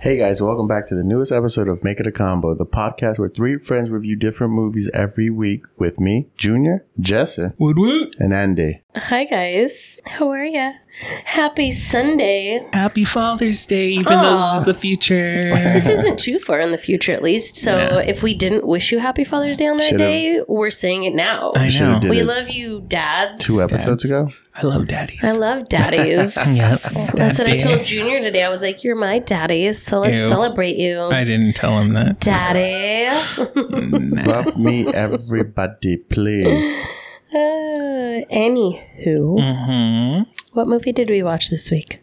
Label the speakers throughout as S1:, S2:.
S1: Hey guys, welcome back to the newest episode of Make It a Combo, the podcast where three friends review different movies every week with me, Junior, Jesse,
S2: Woot woot.
S1: and Andy.
S3: Hi guys, how are ya? Happy Sunday.
S2: Happy Father's Day, even though this
S3: Aw.
S2: is the future.
S3: This isn't too far in the future, at least. So
S2: Yeah.
S3: if we didn't wish you Happy Father's Day on that
S1: Should've-
S3: day, we're saying it now.
S2: I
S1: should
S2: know.
S1: have did
S3: We
S1: it
S3: love you, dads.
S1: two episodes ago.
S2: I love daddies. Uh,
S3: I love daddies.
S2: yeah,
S3: That's what I told Junior today. I was like, "You're my daddy, so let's
S2: Ew.
S3: celebrate you,
S2: I didn't tell him that.
S3: daddy." Uh,
S2: Nah.
S1: Love me, everybody, please.
S3: uh, anywho,
S2: Mhm.
S3: what movie did we watch this week?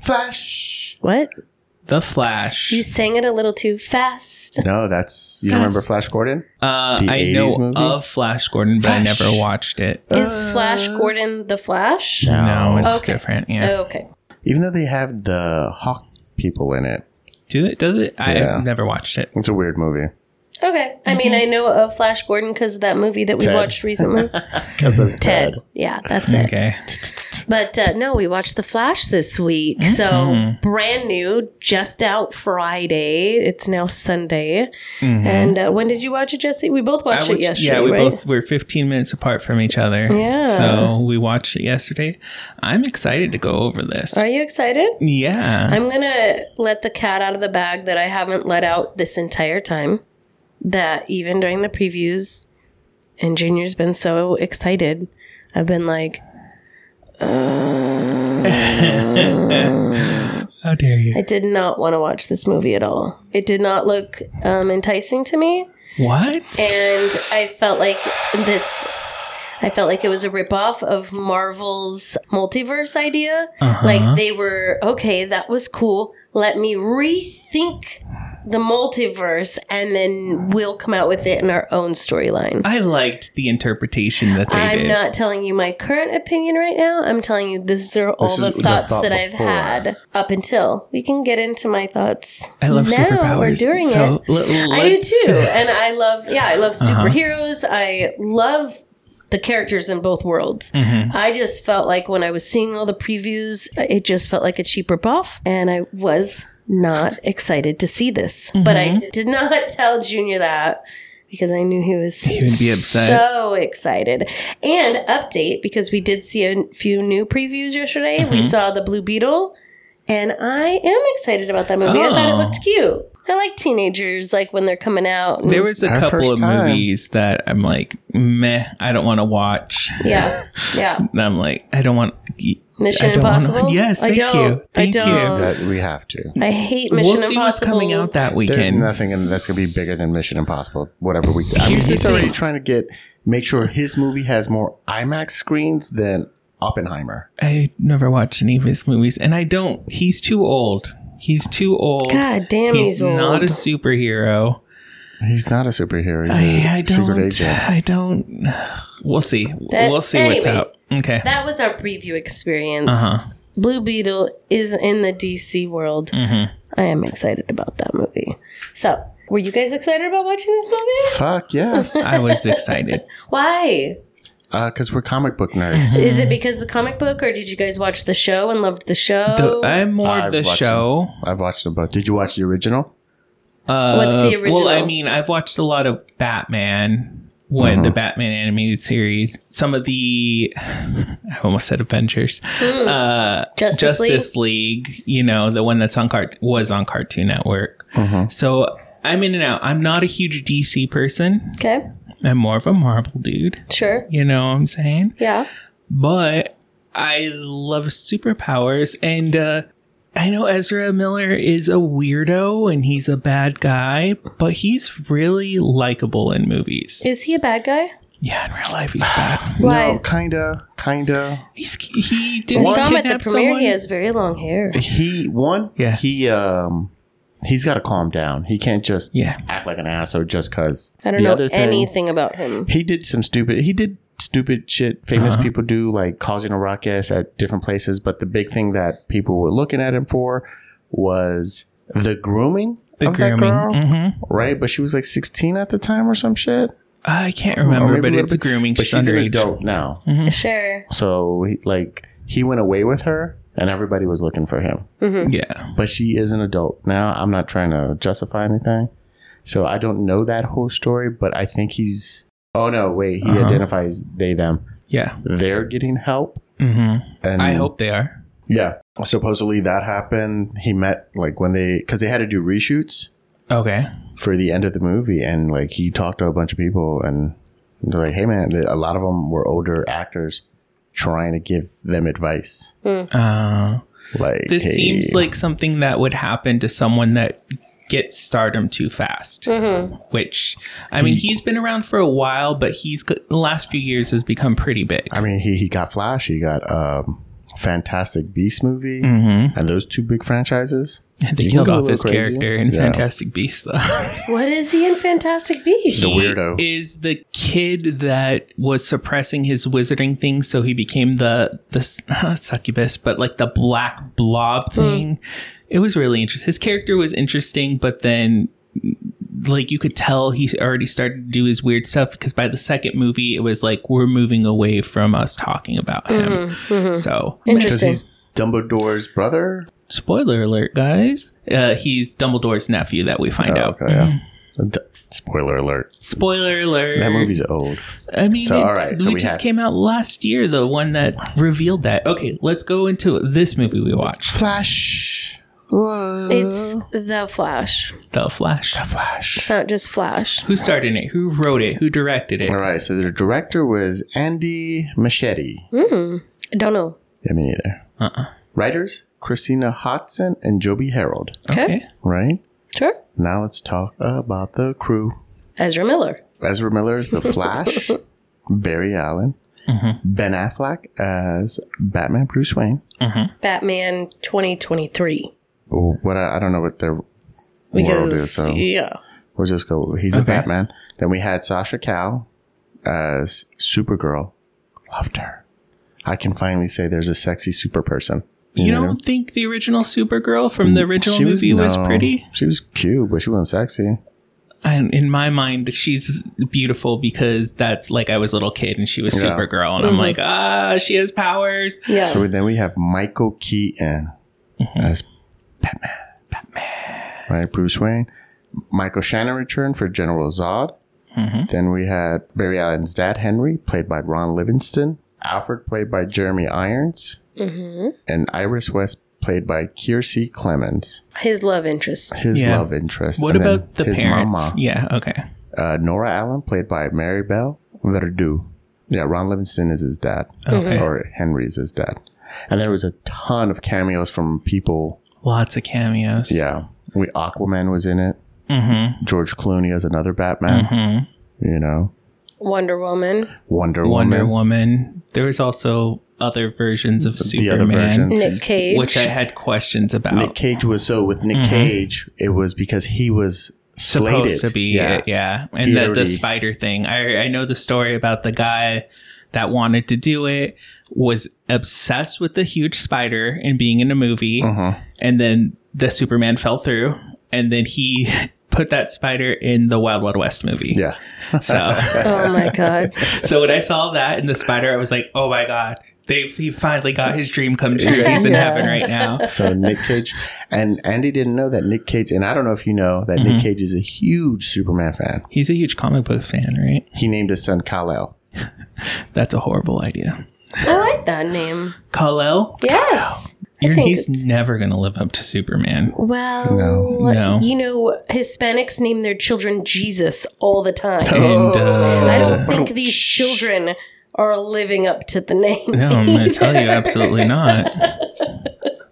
S1: Flash.
S3: What
S2: The Flash.
S3: you sang it a little too fast.
S1: No, that's you remember
S2: Fast.
S1: Flash Gordon?
S2: Uh,
S1: The
S2: I
S1: 80s
S2: know
S1: movie?
S2: of Flash Gordon, but I
S1: Flash.
S2: never watched it.
S3: Is Flash Gordon the Flash?
S2: Uh, No, it's
S3: Okay. Oh.
S2: different. Yeah.
S3: okay.
S1: Even though they have the Hawk people in it,
S2: Do it? Does it? I
S1: Yeah.
S2: never watched it.
S1: it's a weird movie.
S3: Okay. I mean,
S2: Mm-hmm.
S3: I know of Flash Gordon because of that movie that we
S1: Ted.
S3: watched recently.
S1: Because of
S3: Ted. Yeah, that's it.
S2: Okay.
S3: But uh, no, we watched The Flash this week.
S2: Mm-hmm.
S3: So brand new, just out Friday. It's now Sunday. And uh, when did you watch it, Jesse? We both
S2: Mm-hmm. I
S3: watched
S2: would-
S3: it yesterday.
S2: yeah, we
S3: right?
S2: both were 15 minutes apart from each other.
S3: Yeah.
S2: So we watched it yesterday. I'm excited to go over this.
S3: Are you excited?
S2: Mm-hmm. yeah.
S3: I'm going to let the cat out of the bag that I haven't let out this entire time. That even during the previews, and Junior's been so excited. I've been like, uh,
S2: How dare you?
S3: I did not want to watch this movie at all. It did not look um, enticing to me,
S2: What?
S3: and I felt like this. I felt like it was a ripoff of Marvel's multiverse idea.
S1: Uh-huh.
S3: Like they were okay, that was cool. Let me rethink the multiverse, and then we'll come out with it in our own storyline.
S2: I liked the interpretation that they
S3: I'm
S2: did.
S3: not telling you my current opinion right now. I'm telling you this are all
S1: This
S3: the
S1: is the
S3: thoughts
S1: thought
S3: that I've
S1: before.
S3: had up until. We can get into my thoughts.
S2: I love
S3: now
S2: superpowers.
S3: We're doing
S2: so
S3: it.
S2: let-
S3: I do
S2: let's-
S3: too, and I love. Yeah, I love
S2: Uh-huh.
S3: superheroes. I love the characters in both worlds.
S2: Mhm.
S3: I just felt like when I was seeing all the previews, it just felt like a cheaper buff, and I was not excited to see this. But I
S2: Mm-hmm.
S3: d- did not tell Junior that because I knew he was
S2: He would be upset.
S3: so excited. And update because we did see a few new previews yesterday. We
S2: Mm-hmm.
S3: saw the Blue Beetle, and I am excited about that movie. I thought it
S2: Oh.
S3: looked cute. I like teenagers, like when they're coming out. and-
S2: There was a
S1: Our
S2: couple
S1: first
S2: of
S1: time.
S2: movies that I'm like, meh, I don't want to watch.
S3: yeah, yeah.
S2: And I'm like, I don't want.
S3: Mission
S2: I don't wanna-
S3: Impossible.
S2: Yes,
S3: I
S2: thank you.
S3: don't.
S2: Thank you.
S3: I don't.
S1: That we have to.
S3: I hate Mission
S2: We'll see
S3: Impossible.
S2: what's coming out that
S1: There's
S2: weekend.
S1: nothing in, that's going to be bigger than Mission Impossible. Whatever we, I mean,
S2: Here's the
S1: he's already
S2: thing.
S1: trying to get make sure his movie has more IMAX screens than Oppenheimer.
S2: I never watched any of his movies, and I don't. He's too old. He's too old.
S3: God damn,
S2: he's,
S3: he's, old.
S2: not a superhero.
S1: He's not a superhero. He's a
S2: I, I
S1: secret
S2: don't.
S1: agent.
S2: I don't. We'll see.
S3: That-
S2: we'll see what's
S3: anyways,
S2: out. Okay.
S3: that was our preview experience.
S2: Uh huh.
S3: Blue Beetle is in the DC world.
S2: Mm-hmm.
S3: I am excited about that movie. So, were you guys excited about watching this movie?
S1: Fuck yes,
S2: I was excited.
S3: Why?
S1: because we're comic book nerds.
S3: Is
S2: Mm-hmm.
S3: it because the comic book, or did you guys watch the show and loved the show?
S2: The, uh, I'm more
S1: I've
S2: of the
S1: watched
S2: show.
S1: I've watched them both. Did you watch the original?
S2: Uh,
S3: What's the
S2: Well, I
S3: original?
S2: mean, I've watched a lot of Batman when the
S1: Mm-hmm.
S2: Batman animated series, some of the, I almost said Avengers, uh,
S3: Justice, League.
S2: Justice League. you know, the one that's on cart was on Cartoon Network.
S1: Mm-hmm.
S2: So I'm in and out. I'm not a huge DC person.
S3: Okay,
S2: I'm more of a Marvel dude.
S3: sure.
S2: You know what I'm saying?
S3: Yeah.
S2: but I love superpowers and uh I know Ezra Miller is a weirdo and he's a bad guy, but he's really likable in movies.
S3: Is he a bad guy?
S2: Yeah, in real life he's bad.
S3: Why?
S1: No, kinda, kinda.
S2: He's he
S3: I
S2: didn't
S3: saw him at the
S2: kidnap
S3: premiere.
S2: someone.
S3: He has very long hair.
S1: He one.
S2: Yeah.
S1: He um, he's got to calm down. He can't just
S2: Yeah.
S1: act like an asshole just because.
S3: I don't know anything about him.
S1: he did some stupid he did stupid shit famous
S2: Uh-huh.
S1: people do like causing a ruckus at different places but the big thing that people were looking at him for was the grooming
S2: The
S1: of
S2: grooming.
S1: that girl
S2: Mhm.
S1: right but she was like 16 at the time or some shit
S2: I can't
S1: Or
S2: remember,
S1: maybe
S2: but
S1: a
S2: it's
S1: little bit-
S2: grooming.
S1: but
S2: She's
S1: she's an
S2: underage.
S1: adult now
S3: Sure.
S1: so he, like he went away with her and everybody was looking for him.
S2: Yeah.
S1: But she is an adult now. I'm not trying to justify anything, so I don't know that whole story. But I think he's. Oh no! Wait, he
S2: Uh-huh.
S1: identifies they them.
S2: Yeah.
S1: They're getting help,
S2: Mm-hmm.
S1: and
S2: I hope they are.
S1: Yeah, supposedly that happened. He met like when they because they had to do reshoots
S2: Okay.
S1: for the end of the movie, and like he talked to a bunch of people, and they're like, "Hey, man," a lot of them were older actors trying to give them advice.
S2: Uh,
S1: Like
S2: this
S1: "Hey,
S2: seems like something that would happen to someone that gets stardom too fast. Which, I mean, he's been around for a while, but he's the last few years has become pretty big.
S1: I mean, he he got Flash, he got um, Fantastic Beast movie,
S2: Mm-hmm.
S1: and those two big franchises.
S2: They
S1: You can
S2: killed
S1: go a
S2: off
S1: little
S2: his
S1: crazy.
S2: character in
S1: Yeah.
S2: Fantastic Beast, though.
S3: What is he in Fantastic Beasts?
S1: The weirdo.
S2: He is the kid that was suppressing his wizarding thing, so he became the the s- not succubus, but like the black blob thing. It was really interesting. His character was interesting, but then like you could tell he already started to do his weird stuff because by the second movie it was like we're moving away from us talking about him. So
S1: Because
S3: Interesting.
S1: he's Dumbledore's brother.
S2: spoiler alert, guys. Uh, he's Dumbledore's nephew that we find out.
S1: Oh, okay, yeah.
S2: Mm-hmm.
S1: D- spoiler alert.
S2: Spoiler alert.
S1: That movie's old.
S2: I mean,
S1: So,
S2: it,
S1: all right, so
S2: we
S1: we
S2: just
S1: had-
S2: came out last year, the one that revealed that. Okay, let's go into this movie we watched,
S1: Flash. Whoa.
S3: It's The Flash.
S2: The Flash.
S1: Flash.
S3: It's not just Flash.
S2: Who starred in it? Who wrote it? Who directed it?
S1: All right, so the director was Andy Machete.
S3: I don't know.
S1: Yeah, me neither.
S2: Uh-uh.
S1: Writers Christina Hodson and Joby Harold.
S3: Okay.
S1: Right
S3: Sure.
S1: now, let's talk about the crew.
S3: Ezra Miller.
S1: Ezra Miller as the Flash, Barry Allen, Ben Affleck as Batman Bruce Wayne.
S3: Batman 2023.
S1: Oh, What I, I don't know what their world is. uh,
S3: Because,
S1: So
S3: yeah.
S1: we'll just go. He's a
S2: Okay.
S1: Batman. Then we had Sasha Cow as Supergirl. Loved her. I can finally say there's a sexy super person.
S2: You don't think the original Supergirl from the original movie was,
S1: Mm, no,
S2: pretty?
S1: She was cute, but she wasn't sexy.
S2: And in my mind, she's beautiful because that's like I was a little kid and she was
S1: Yeah.
S2: Supergirl, and I'm like, ah, she has powers.
S3: Yeah.
S1: So then we have Michael Keaton
S2: Mm-hmm.
S1: as Batman. Batman. Right, Bruce Wayne. Michael Shannon returned for General Zod.
S2: Mm-hmm.
S1: Then we had Barry Allen's dad, Henry, played by Ron Livingston. Alfred, played by Jeremy Irons.
S2: Mm-hmm.
S1: And Iris West, played by Kiersey Clemens,
S3: His love interest.
S1: his
S2: Yeah.
S1: love interest.
S2: What
S1: And then
S2: about the parents? Yeah, okay.
S1: uh, Nora Allen, played by Mary Bell Verdu. Yeah, Ron Livingston is his dad,
S2: Okay.
S1: or Henry is his dad. And there was a ton of cameos from people.
S2: Lots of cameos.
S1: Yeah, we Aquaman was in it.
S2: Mm-hmm.
S1: George Clooney as another Batman. You know,
S3: Wonder Woman.
S1: Wonder,
S2: Wonder
S1: Woman,
S2: Woman. There was also other versions of
S1: the
S2: Superman,
S1: other versions.
S3: Nick Cage.
S2: which I had questions about.
S1: Nick Cage was so with Nick Cage, it was because he was
S2: Mm-hmm. supposed
S1: slated
S2: to be it, yeah. And
S1: He
S2: the, the
S1: already-
S2: spider thing. I I know the story about the guy that wanted to do it was obsessed with the huge spider and being in a movie,
S1: Uh-huh.
S2: and then the Superman fell through, and then he put that spider in the Wild Wild West movie.
S1: Yeah,
S2: So.
S3: Oh my God.
S2: So when I saw that in the spider, I was like, "Oh my god, they he finally got his dream come true. He's in
S1: Exactly.
S2: heaven right now."
S1: So Nick Cage and Andy didn't know that Nick Cage, and I don't know if you know that
S2: Mm-hmm.
S1: Nick Cage is a huge Superman fan.
S2: He's a huge comic book fan, right?
S1: He named his son Kal El.
S2: That's a horrible idea.
S3: I like that name.
S2: Kal-El,
S3: Yes.
S2: you're,
S3: think
S2: he's
S3: it's-
S2: never gonna live up to Superman.
S3: Well,
S2: No.
S3: you know, Hispanics name their children Jesus all the time.
S2: And
S1: Oh,
S2: uh,
S3: I don't think these children are living up to the name.
S2: no, I'm gonna tell you, absolutely not.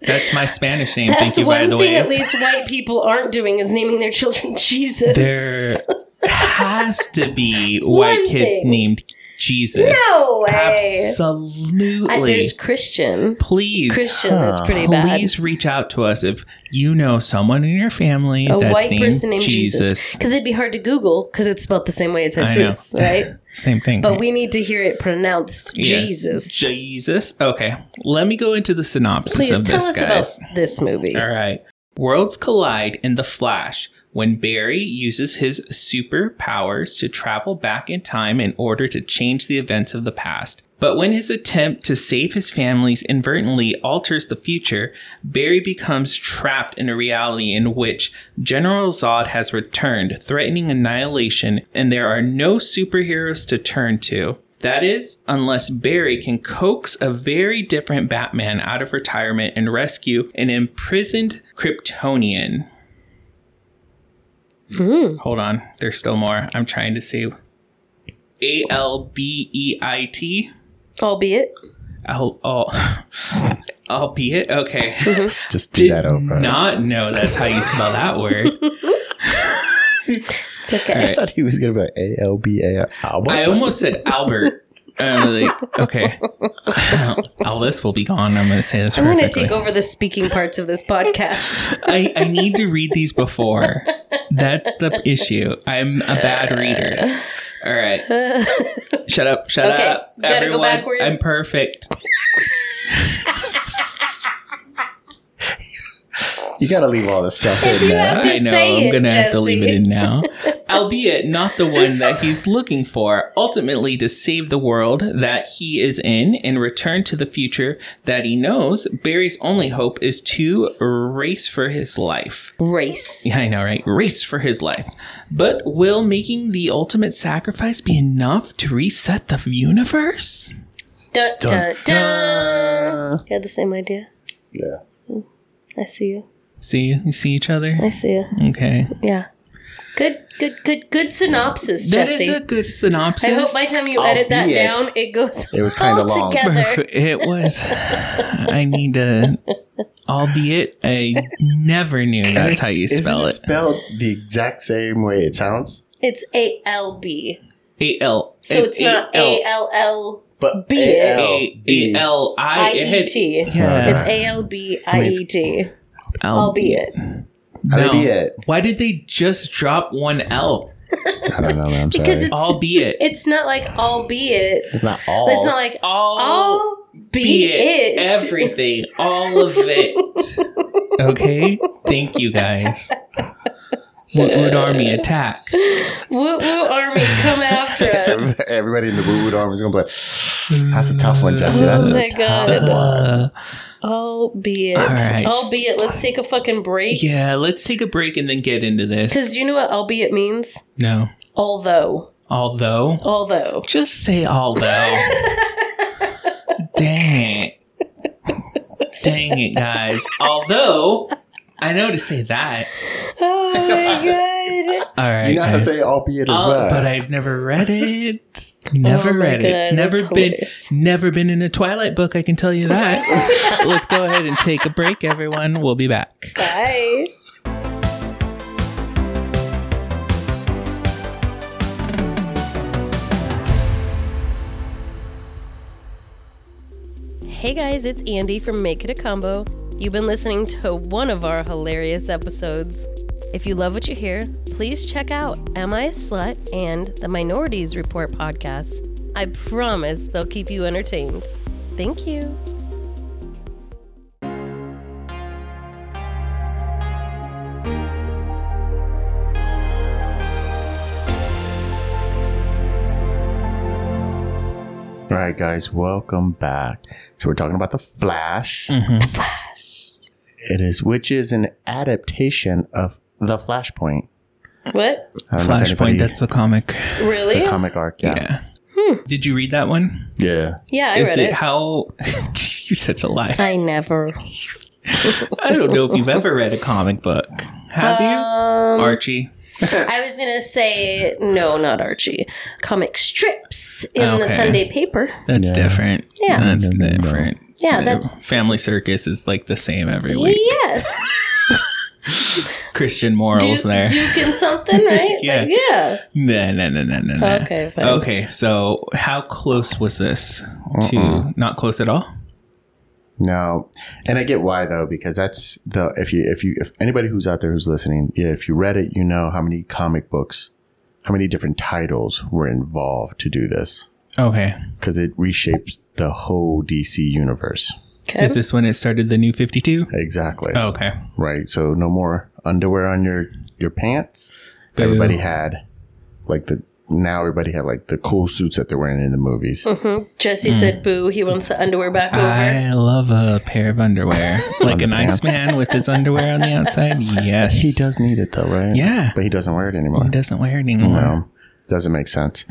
S2: That's my Spanish name.
S3: That's
S2: Thank you, by
S3: one
S2: the
S3: thing
S2: way.
S3: at least white people aren't doing is naming their children Jesus.
S2: There has to be white
S3: One
S2: kids
S3: thing.
S2: named Jesus.
S3: No way.
S2: Absolutely.
S3: I- there's Christian.
S2: Please.
S3: Christian is pretty bad.
S2: please reach out to us if you know someone in your family
S3: A
S2: that's
S3: white
S2: named,
S3: person named Jesus.
S2: Jesus.
S3: Because it'd be hard to Google because it's spelled the same way as
S2: I
S3: Jesus, right?
S2: Same thing.
S3: But we need to hear it pronounced
S2: Yes.
S3: Jesus.
S2: Jesus. Okay. Let me go into the synopsis
S3: Please
S2: of
S3: tell
S2: this,
S3: us
S2: guys.
S3: about this movie.
S2: All right. Worlds collide in The Flash when Barry uses his superpowers to travel back in time in order to change the events of the past. But when his attempt to save his families inadvertently alters the future, Barry becomes trapped in a reality in which General Zod has returned, threatening annihilation, and there are no superheroes to turn to. That is, unless Barry can coax a very different Batman out of retirement and rescue an imprisoned Kryptonian.
S1: Hmm.
S2: Hold on, there's still more. I'm trying to see. A L B E I T.
S3: Albeit.
S2: I'll, I'll, I'll be it. Okay.
S1: Just do
S2: Did
S1: that over.
S2: not know that's how you spell that word.
S3: It's okay.
S1: I thought he was gonna be like A L Ah, B A album.
S2: I almost said Albert. And I'm like, okay. All this will be gone. I'm going to say this
S3: I'm going to
S2: perfectly.
S3: take over the speaking parts of this podcast.
S2: I, I need to read these before. That's the issue. I'm a bad reader. All right.
S3: Uh,
S2: Shut up. Shut
S3: Okay,
S2: up.
S3: gotta go
S2: Everyone.
S3: backwards.
S2: I'm perfect.
S1: you gotta leave all this stuff in
S3: You
S1: there.
S3: have to
S2: I know.
S3: say
S2: I'm
S3: it,
S2: going to have to
S3: Jesse.
S2: leave it in now. Albeit not the one that he's looking for. Ultimately, to save the world that he is in and return to the future that he knows, Barry's only hope is to race for his life.
S3: Race.
S2: Yeah, I know, right? Race for his life. But will making the ultimate sacrifice be enough to reset the universe?
S3: Dun, dun,
S1: Dun,
S3: dun. You had the same idea.
S1: Yeah.
S3: I see you.
S2: See, you see each other?
S3: I see you.
S2: Okay.
S3: Yeah. Good, good, good, good synopsis,
S2: That is
S3: Jesse.
S2: a good synopsis.
S3: I hope by the time you edit that
S1: Albeit.
S3: down, it goes
S1: It was
S3: all
S1: kinda long.
S3: together.
S2: Perfect. It was. I need to. Albeit, I never knew that's how you
S1: Isn't
S2: spell it.
S1: Spelled the exact same way it sounds,
S3: It's A L B.
S2: A L.
S3: So it's not A L L. E
S1: but
S3: B.
S2: A A
S1: B.
S2: L I it had-
S3: IET.
S2: Yeah.
S3: It's A L B I E D. Albeit.
S2: No.
S1: Albeit.
S2: Why did they just drop one L?
S1: I don't know. man, I'm sorry.
S3: Because it's,
S2: Albeit.
S3: it's not like albeit.
S1: It's not all.
S3: It's not like
S2: All be
S3: albeit.
S2: it. Everything. All of it. Okay? Thank you guys. Woot Woot Army attack.
S3: Woo woo army, come after us.
S1: Everybody in the woo woo arm is gonna be like, "That's a tough one, Jesse. That's
S3: Oh
S1: a
S3: my
S1: tough
S3: God.
S1: one."
S2: Uh,
S3: Albeit.
S2: All right.
S3: Albeit, let's take a fucking break.
S2: yeah, let's take a break and then get into
S3: Because
S2: this.
S3: do you know what albeit means?
S2: No.
S3: Although.
S2: Although.
S3: Although.
S2: Just say although. Dang it. Dang it, guys. Although, I know to say that.
S3: Oh my god.
S2: All right.
S1: You know how to
S2: guys.
S1: say albeit as
S2: Oh,
S1: well.
S2: But I've never read it. Never
S3: Oh my
S2: read it.
S3: God,
S2: Never
S3: that's
S2: been
S3: hilarious.
S2: never been in a Twilight book, I can tell you that. Let's go ahead and take a break, everyone. We'll be back.
S3: Bye. Hey guys, it's Andy from Make It a Combo. You've been listening to one of our hilarious episodes. If you love what you hear, please check out Am I a Slut and the Minorities Report podcasts. I promise they'll keep you entertained. Thank you.
S1: All right, guys, welcome back. So we're talking about the Flash.
S2: Mm-hmm.
S1: The Flash. It is, which is an adaptation of the Flashpoint.
S3: What?
S1: I don't know if anybody-
S2: Flashpoint, that's the comic.
S3: Really?
S1: the comic arc. Yeah,
S2: Yeah. Did you read that one?
S1: yeah.
S3: Yeah, I
S2: Is
S3: read
S2: it,
S3: it.
S2: how you're such a liar.
S3: I never.
S2: I don't know if you've ever read a comic book. Have you?
S3: Um,
S2: Archie.
S3: I was gonna say no, not Archie. Comic strips in the
S2: Okay.
S3: Sunday paper.
S2: That's
S1: Yeah.
S2: different.
S3: Yeah.
S2: That's
S1: No, no, no.
S2: different.
S3: Yeah, that's-
S2: Family Circus is like the same every week.
S3: Yes,
S2: Christian morals
S3: Duke,
S2: there.
S3: Duke and something, right?
S2: Yeah.
S3: Like, yeah.
S2: No, no, no, no, no, no.
S3: Okay, fine.
S2: Okay, so how close was this to not close at all?
S1: No, and I get why though, because that's the if you if you if anybody who's out there who's listening, yeah, if you read it, you know how many comic books, how many different titles were involved to do this,
S2: Okay.
S1: because it reshapes the whole DC universe.
S3: Okay.
S2: Is this when it started the new 52?
S1: Exactly.
S2: Okay.
S1: Right. So no more underwear on your your pants. Everybody had like the now everybody had like the cool suits that they're wearing in the movies.
S3: Jesse said, "Boo! He wants the underwear back over."
S2: Hmm. I love a pair of underwear, like an
S1: Underpants.
S2: Iceman with his underwear on the outside. Yes,
S1: He does need it though, right?
S2: Yeah.
S1: But he doesn't wear it anymore.
S2: He doesn't wear it anymore.
S1: No, doesn't make sense.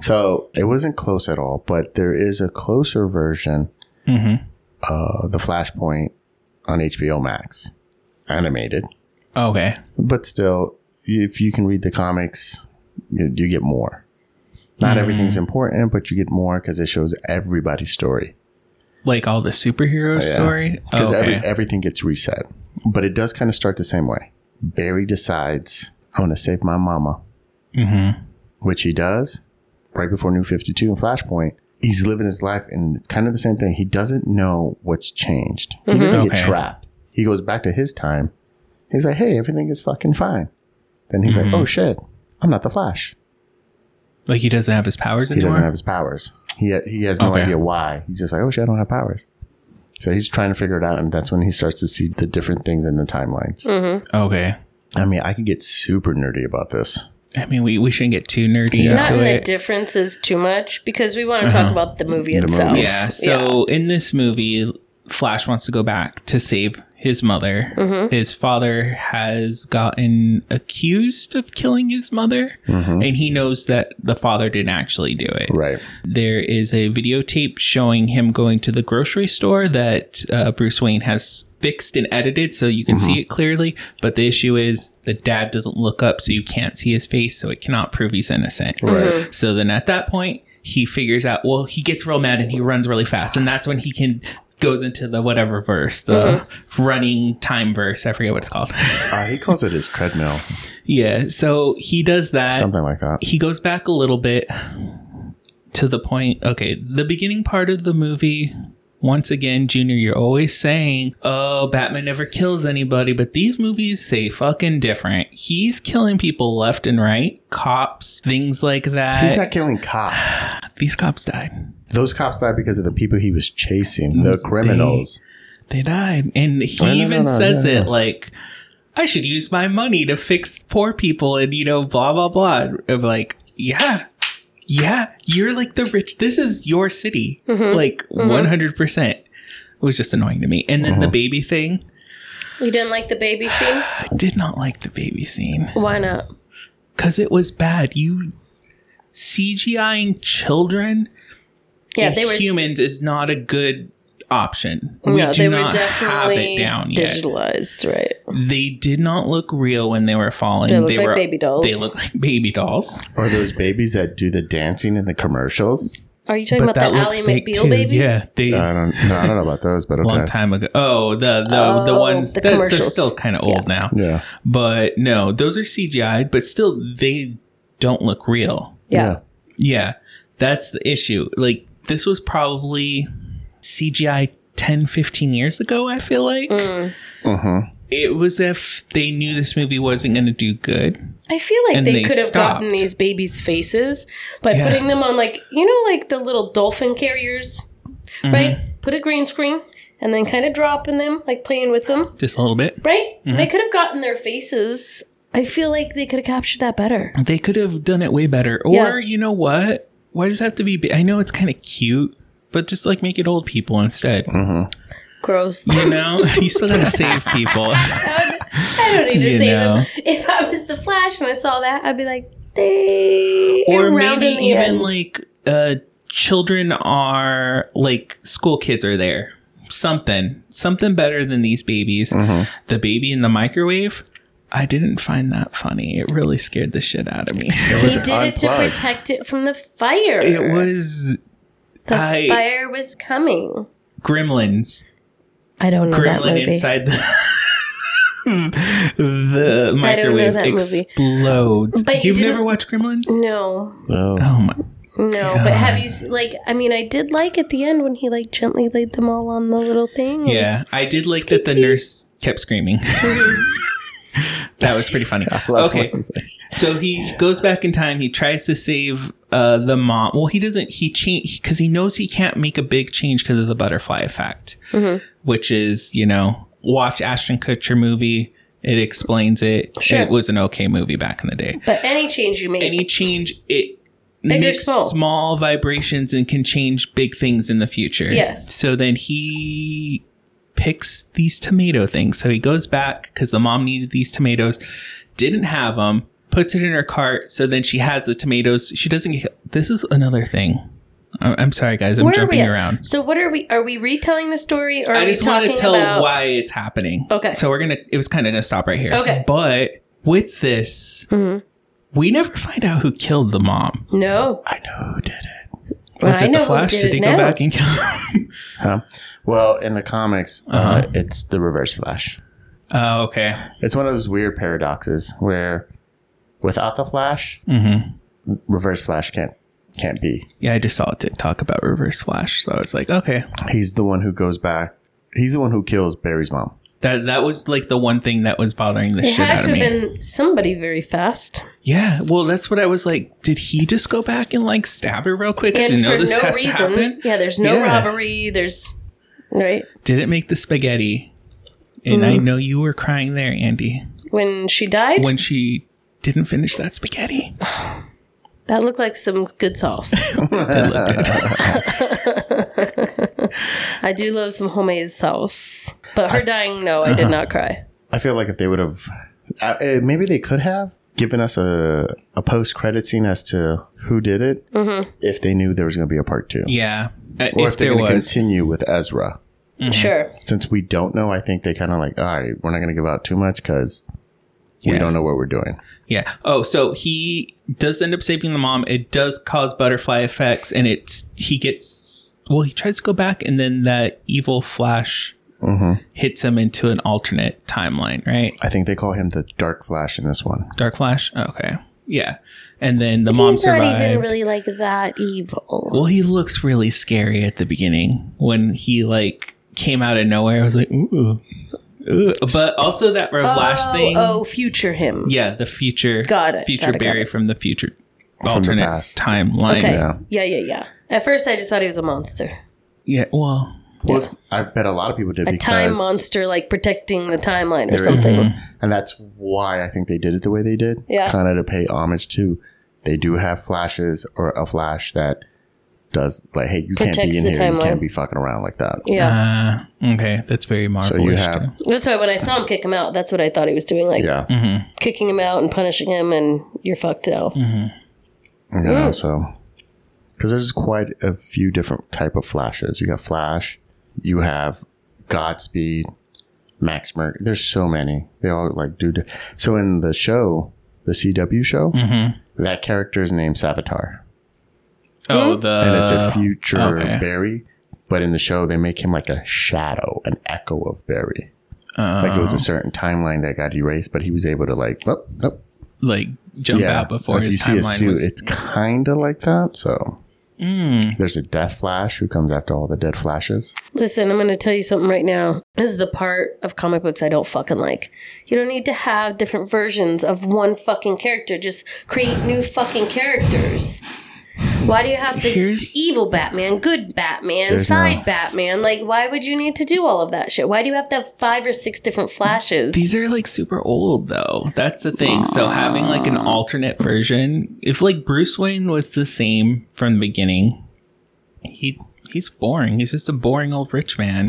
S1: So it wasn't close at all, but there is a closer version,
S2: Mm-hmm.
S1: uh, the Flashpoint on HBO Max, animated.
S2: Okay.
S1: But still, if you can read the comics, you, you get more. Not everything's important, but you get more because it shows everybody's story.
S2: Like all the superhero story. Oh,
S1: Because
S2: Okay.
S1: Oh, every, everything gets reset. But it does kind of start the same way. Barry decides, I'm going to save my mama. Mm-hmm. Which he does right before New 52 and Flashpoint. He's living his life and it's kind of the same thing. He doesn't know what's changed. He doesn't get
S2: Okay.
S1: trapped. He goes back to his time. He's like, hey, everything is fucking fine. Then he's
S2: Mm-hmm.
S1: like, oh shit, I'm not the Flash.
S2: like he doesn't have his powers
S1: He
S2: anymore.
S1: doesn't have his powers. He, ha- he has no
S2: Okay.
S1: idea why. He's just like, oh shit, I don't have powers. So he's trying to figure it out, and that's when he starts to see the different things in the timelines.
S2: Mm-hmm. okay.
S1: I mean, I could get super nerdy about this.
S2: I mean, we, we shouldn't get too nerdy
S3: Not
S2: into it.
S3: that
S2: Uh-huh.
S3: the difference is too much because we want to talk about the movie
S1: The
S3: itself.
S1: movie.
S2: Yeah. So in this movie, Flash wants to go back to save his mother. His father has gotten accused of killing his mother, and he knows that the father didn't actually do it.
S1: Right.
S2: There is a videotape showing him going to the grocery store that uh, Bruce Wayne has fixed and edited so you can see it clearly. But the issue is the dad doesn't look up, so you can't see his face, so it cannot prove he's innocent.
S1: Right.
S2: So then at that point, he figures out, well, he gets real mad and he runs really fast. And that's when he can. Goes into the whatever verse, the running time verse. I forget what it's called.
S1: Uh, he calls it his treadmill,
S2: yeah. So he does that
S1: something like that.
S2: he goes back a little bit to the point okay the beginning part of the movie once again junior you're always saying oh batman never kills anybody but these movies say fucking different he's killing people left and right cops things like that
S1: He's not killing cops.
S2: these cops died
S1: Those cops died because of the people he was chasing, the criminals.
S2: they died and he
S1: No, no, no,
S2: even
S1: no,
S2: says
S1: yeah,
S2: it
S1: yeah.
S2: like i should use my money to fix poor people and you know blah blah blah of like yeah yeah you're like the rich this is your city
S3: Mm-hmm.
S2: like 100% it was just annoying to me and then
S1: Uh-huh.
S2: the baby thing
S3: You didn't like the baby scene?
S2: i did not like the baby scene
S3: Why not?
S2: because it was bad you cgiing children
S3: Yeah,
S2: and
S3: they were.
S2: humans is not a good option we
S3: no,
S2: do
S3: they were
S2: not
S3: definitely
S2: have it down yet
S3: digitalized, right?
S2: They did not look real when they were falling.
S3: They look like
S2: were
S3: baby dolls.
S2: They look like baby dolls.
S1: Or those babies that do the dancing in the commercials.
S3: Are you talking
S2: but
S3: about
S2: that
S3: the
S2: looks
S3: Ally
S2: fake
S3: McBeal
S2: too.
S3: baby?
S2: Yeah, they
S1: I don't, no, I don't know about those, but Uh, okay.
S2: long time ago. Oh, the the, the
S3: Oh,
S2: ones
S3: the
S2: that's they're
S3: commercials.
S2: still kind of old now.
S1: Yeah.
S2: But no, those are CGI. But still, they don't look real.
S3: Yeah.
S2: Yeah, that's the issue. Like this was probably CGI 10, 15 years ago. I feel like
S3: Mm.
S1: Mm-hmm.
S2: it was if they knew this movie wasn't going to do good.
S3: I feel like
S2: And
S3: they,
S2: they
S3: could have gotten
S2: stopped.
S3: these babies' faces by
S2: Yeah.
S3: putting them on, like, you know, like the little dolphin carriers,
S2: Mm-hmm.
S3: right? Put a green screen and then kind of dropping them, like playing with them,
S2: Just a little bit.
S3: right?
S2: Mm-hmm.
S3: They could have gotten their faces. I feel like they could have captured that better.
S2: They could have done it way better. Or
S3: Yeah.
S2: you know what? Why does it have to be? Ba- I know it's kind of cute, but just like make it old people instead.
S3: Gross.
S2: You know, you still gotta save people.
S3: I don't need to
S2: You
S3: say
S2: know.
S3: them. If I was the Flash and I saw that, I'd be like, they
S2: or
S3: round
S2: maybe
S3: in the
S2: even
S3: end.
S2: like uh, children are like school kids are there. Something, something better than these babies. The baby in the microwave. I didn't find that funny. It really scared the shit out of me.
S3: he did it to
S1: unplugged.
S3: protect it from the fire.
S2: It was
S3: the
S2: I-
S3: fire was coming.
S2: Gremlins.
S3: I don't know that
S2: gremlin
S3: movie.
S2: inside the, the microwave
S3: that movie.
S2: explodes.
S3: But he
S2: You've
S3: didn't-
S2: never watched Gremlins?
S3: Mm. No,
S1: Oh.
S2: Oh my!
S3: no. But have you se- like? I mean, I did like at the end when he like gently laid them all on the little thing. and-
S2: Yeah, I did like that. The
S3: Skeet-skeet.
S2: nurse kept screaming.
S3: Mm-hmm.
S2: that was pretty funny. Okay, so he goes back in time. He tries to save uh, the mom. Well, he doesn't. He change because he knows he can't make a big change because
S3: Mm-hmm.
S2: of the butterfly effect, which is you know watch Ashton Kutcher movie It explains it.
S3: Sure.
S2: It was an okay movie back in the day.
S3: But any change you make,
S2: Any change, it
S3: Big or
S2: makes
S3: small?
S2: small vibrations and can change big things in the future.
S3: Yes.
S2: So then he picks these tomato things. So he goes back because the mom needed these tomatoes, didn't have them, puts it in her cart. So then she has the tomatoes. She doesn't get. This is another thing. I- I'm sorry, guys. I'm
S3: where are we
S2: jumping
S3: at?
S2: around.
S3: So what are we? Are we retelling the story, or are
S2: I just
S3: we talking
S2: want to tell
S3: about?
S2: why it's happening.
S3: Okay.
S2: So we're gonna. It was kind of gonna stop right here.
S3: Okay.
S2: But with this,
S3: Mhm.
S2: we never find out who killed the mom.
S3: No,
S1: I know who did it.
S2: Was
S3: I
S2: it
S3: know
S2: the
S3: who
S2: Flash?
S3: did
S2: Did,
S3: it
S2: he
S3: now.
S2: go back and kill? him?
S1: Huh? Well, in the comics, uh
S2: Uh-huh.
S1: it's the Reverse Flash.
S2: oh, okay.
S1: It's one of those weird paradoxes where, without the Flash,
S2: Mm-hmm.
S1: Reverse Flash can't can't be.
S2: Yeah, I just saw a TikTok about Reverse Flash, so I was like, okay,
S1: He's the one who goes back. He's the one who kills Barry's mom.
S2: that that was like the one thing that was bothering the
S3: it
S2: shit
S3: had
S2: out
S3: to
S2: of
S3: have
S2: me.
S3: been somebody very fast
S2: yeah, well, that's what I was like. Did he just go back and like stab her real quick? 'Cause
S3: and
S2: you know
S3: for
S2: this
S3: no
S2: has to happen.
S3: reason. Yeah, there's no
S2: Yeah.
S3: robbery. There's right
S2: Did it make the spaghetti? And I
S3: Mm-hmm.
S2: know you were crying there, Andy.
S3: when she died.
S2: when she didn't finish that spaghetti.
S3: that looked like some good sauce.
S2: It looked good.
S3: I do love some homemade sauce, but her dying, no, I
S2: Uh-huh.
S3: did not cry.
S1: I feel like if they would have, uh, uh, maybe they could have given us a, a post credit scene as to who did it if they knew there was going to be a part two.
S2: yeah. Uh,
S1: Or
S2: if
S1: if they're
S2: there
S1: going
S2: was.
S1: to continue with Ezra.
S2: Mm-hmm.
S3: Sure,
S1: Since we don't know, I think they kind of like, all right, we're not going to give out too much because
S2: Yeah.
S1: we don't know what we're doing.
S2: Yeah. Oh, so he does end up saving the mom. It does cause butterfly effects, and it's he gets well. He tries to go back, and then that evil flash
S1: Mm-hmm.
S2: hits him into an alternate timeline, right?
S1: I think they call him the Dark Flash in this one.
S2: Dark Flash. Okay. Yeah. And then the mom
S3: he's not even
S2: survived.
S3: really like that evil.
S2: well, he looks really scary at the beginning when he like came out of nowhere. I was like, ooh, ooh. But also that flash
S3: oh,
S2: thing.
S3: oh, future him.
S2: Yeah, the future.
S3: Got it,
S2: Future
S3: got it, got
S2: Barry
S3: it.
S2: from the future
S1: the
S2: alternate
S1: past.
S2: timeline.
S3: Okay.
S1: Yeah.
S3: Yeah, yeah, yeah. At first, I just thought he was a monster,
S2: Yeah. Well,
S1: Well, it's- I bet a lot of people did
S3: a
S1: because
S3: time monster, like protecting the timeline or
S1: there is-
S3: something.
S1: and that's why I think they did it the way they did.
S3: Yeah.
S1: Kind of to pay homage to. They do have flashes or a flash that does like, hey, you can't
S3: Protects
S1: be in
S3: the
S1: here. You
S3: timeline.
S1: can't be fucking around like that.
S3: Yeah,
S2: Mm-hmm. uh, okay, that's very
S1: So
S2: Marvel.
S1: you have
S3: that's why when I saw him kick him out, that's what I thought he was doing, like
S1: yeah,
S3: kicking him out and punishing him, and you're fucked now.
S1: you know, so because there's quite a few different type of flashes. You got Flash, you have Godspeed, Max Merc. There's so many. They all like do. di- So in the show, the CW show, that character is named Savitar,
S2: Oh, the
S1: and it's a future
S2: okay.
S1: Barry. But in the show, they make him like a shadow, an echo of Barry. like it was a certain timeline that got erased, but he was able to like, oh, nope, nope,
S2: like jump out before
S1: if
S2: his
S1: you see a
S2: timeline
S1: suit,
S2: was. Hmm.
S1: it's kind of like that. So there's a Death Flash who comes after all the dead flashes.
S3: Listen, I'm going to tell you something right now. This is the part of comic books I don't fucking like. You don't need to have different versions of one fucking character. Just create new fucking characters. Why do you have the
S2: Here's-
S3: evil Batman, good Batman,
S1: There's
S3: side
S1: no-
S3: Batman? Like, why would you need to do all of that shit? Why do you have to have five or six different flashes?
S2: these are like super old though. That's the thing. So having like an alternate version, if like Bruce Wayne was the same from the beginning, he he's boring. He's just a boring old rich man.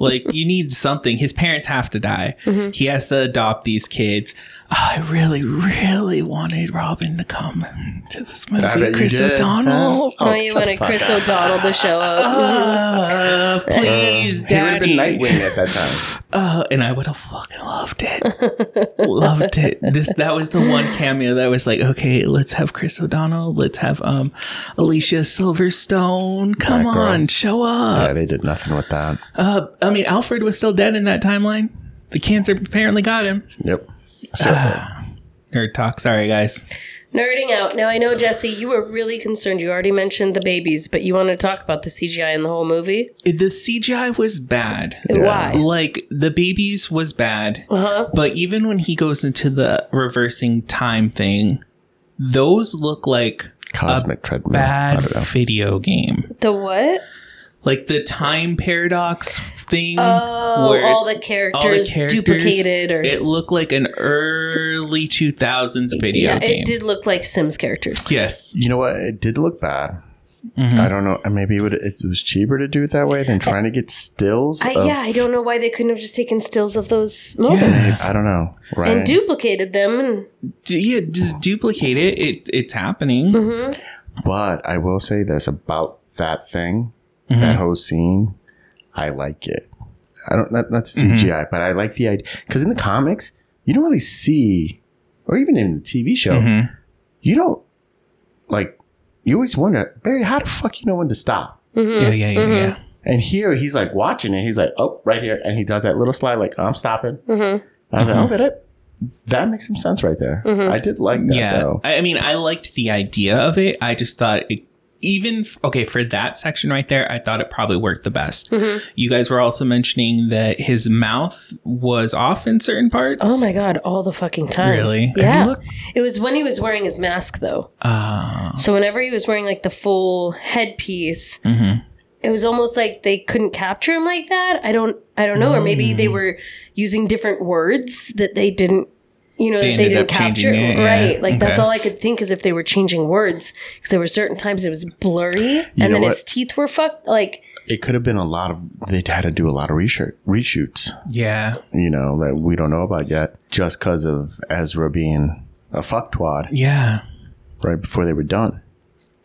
S2: like you need something. His parents have to die.
S1: Mm-hmm.
S2: He has to adopt these kids. Oh, I really, really wanted Robin to come to this movie. Chris O'Donnell.
S1: Huh?
S3: oh, you
S1: shut the
S3: wanted
S1: fuck
S3: Chris
S1: up.
S3: O'Donnell to show up.
S2: Uh, please,
S1: He would have
S2: Daddy.
S1: been Nightwing at that time.
S2: Uh, and I would have fucking loved it. loved it. This that was the one cameo that was like, okay, let's have Chris O'Donnell, let's have um Alicia Silverstone. Come
S1: Batgirl.
S2: on, show
S1: yeah,
S2: up.
S1: they did nothing with that.
S2: Uh, I mean, Alfred was still dead in that timeline. The cancer apparently got him.
S1: Yep. So
S2: Uh, Nerd talk. Sorry, guys.
S3: Nerding out. Now, I know, Jesse, you were really concerned. You already mentioned the babies, but you want to talk about the CGI in the whole movie?
S2: The CGI was bad.
S3: Why?
S2: Like the babies was bad.
S3: Uh huh.
S2: But even when he goes into the reversing time thing, those look like
S1: cosmic treadmill. I
S2: bad
S1: don't know.
S2: video game.
S3: The what?
S2: like the time paradox thing.
S3: Oh,
S2: where
S3: all
S2: it's-
S3: the characters duplicated or
S2: It looked like an early 2000s video
S3: yeah,
S2: game.
S3: it did look like Sims characters.
S2: Yes.
S1: You know what? It did look bad.
S2: Mhm.
S1: I don't know. Uh, Maybe it, would, it was cheaper to do it that way than trying to get stills.
S3: I,
S1: of-
S3: yeah, I don't know why they couldn't have just taken stills of those
S2: Yeah.
S3: moments
S1: I don't know. Right.
S3: and duplicated them. And
S2: D- yeah, just duplicate it. it it's happening.
S3: mhm.
S1: But I will say this about that thing, that whole scene. I like it. I don't not, not CGI, but I like the idea because in the comics you don't really see, or even in the TV show,
S2: Mhm.
S3: Mm-hmm.
S1: you don't like. You always wonder, Barry, how the fuck you know when to stop?
S2: Yeah, yeah, yeah, yeah.
S1: And here he's like watching it. He's like, oh, right here, and he does that little slide, like I'm stopping.
S3: mm-hmm.
S1: I was like, okay, that that makes some sense right there. I did like
S3: Mm-hmm.
S1: that
S2: Yeah.
S1: though.
S2: I I mean, I liked the idea of it. I just thought it even f- okay for that section right there i thought it probably worked the best
S3: Mm-hmm.
S2: you guys were also mentioning that his mouth was off in certain parts
S3: Oh my god, all the fucking time.
S2: Really?
S3: Yeah.
S1: Look-
S3: It was when he was wearing his mask though.
S2: uh,
S3: So whenever he was wearing like the full headpiece,
S2: Mm-hmm.
S3: it was almost like they couldn't capture him like that. I don't I don't know, or maybe
S2: Mm.
S3: they were using different words that they didn't you know,
S2: They
S3: that they
S2: ended up
S3: didn't capture.
S2: changing it, yeah.
S3: Right. Like that's
S2: Okay.
S3: all I could think is if they were changing words. Because there were certain times it was blurry and
S1: know
S3: then his
S1: what?
S3: teeth were fucked. Like
S1: It could have been a lot of. They had to do a lot of reshoot reshoots.
S2: yeah
S1: you know, that we don't know about yet, just because of Ezra being a fucktwad
S2: yeah
S1: right before they were done.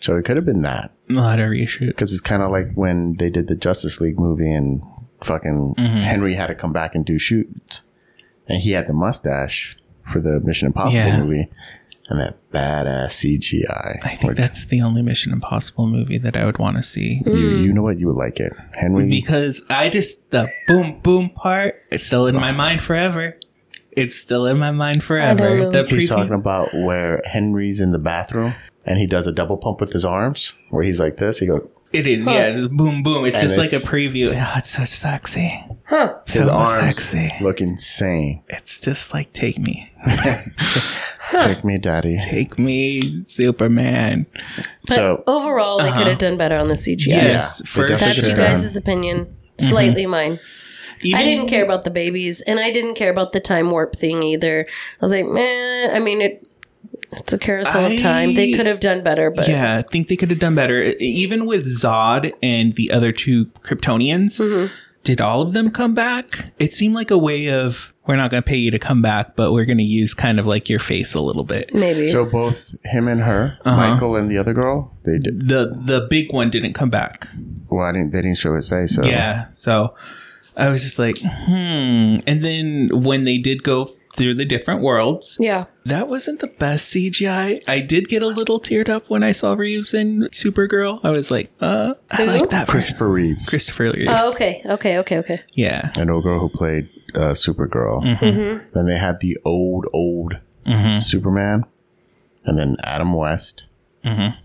S1: So it could have been that
S2: a lot of reshoot
S1: because it's kind of like when they did the Justice League movie and fucking
S2: Mm-hmm.
S1: Henry had to come back and do shoots, and he had the mustache for the Mission Impossible
S2: Yeah.
S1: movie, and that badass CGI.
S2: i think
S1: which-
S2: that's the only mission impossible movie that i would want to see
S1: you, you know what you would like it, Henry.
S2: because I just the boom boom part is still in my mind forever. It's still in my mind
S3: I
S2: forever.
S3: don't
S2: The
S3: know.
S1: He's
S2: preview.
S1: talking about where Henry's in the bathroom and he does a double pump with his arms, where he's like this. He goes,
S2: it is yeah, just boom boom. It's
S1: And
S2: just like a
S1: it's-
S2: preview. Oh, it's so sexy.
S3: huh.
S1: his
S2: so
S1: arms
S2: sexy.
S1: look insane.
S2: It's just like take me,
S1: Take me, daddy.
S2: take me, Superman.
S3: But oh,
S1: so
S3: overall they could have done better on the CGI.
S2: Yes,
S1: they
S2: uh-huh. for
S1: definitely
S3: That's
S1: Sure.
S3: you
S2: sure. Mm-hmm.
S3: guys' opinion. Slightly mine.
S2: Even-
S3: I didn't care about the babies, and I didn't care about the time warp thing either. I was like, man, I mean, it it's a carousel
S2: I-
S3: of time. They could have done better, but
S2: Yeah, I think they could have done better. E- Even with Zod and the other two Kryptonians,
S3: Mm-hmm.
S2: did all of them come back? It seemed like a way of we're not going to pay you to come back, but we're going to use kind of like your face a little bit.
S3: maybe.
S1: so both him and her,
S2: Uh-huh.
S1: Michael and the other girl, they did.
S2: The the big one didn't come back.
S1: Well, I didn't. They didn't show his face. So
S3: Oh.
S2: Mm-hmm. Yeah, so I was just like, hmm. And then when they did go through the different worlds,
S3: yeah.
S2: that wasn't the best CGI. I did get a little teared up when I saw Reeves in Supergirl. I was like, uh, I
S3: Who?
S2: like that. person.
S1: Christopher Reeves,
S2: Christopher Reeves.
S3: Oh, okay, okay, okay, okay.
S2: Yeah.
S1: an old girl who played uh, Supergirl.
S2: Mm-hmm.
S3: Mm-hmm.
S1: Then they had the old, old Superman, and then Adam West.
S2: Mm-hmm.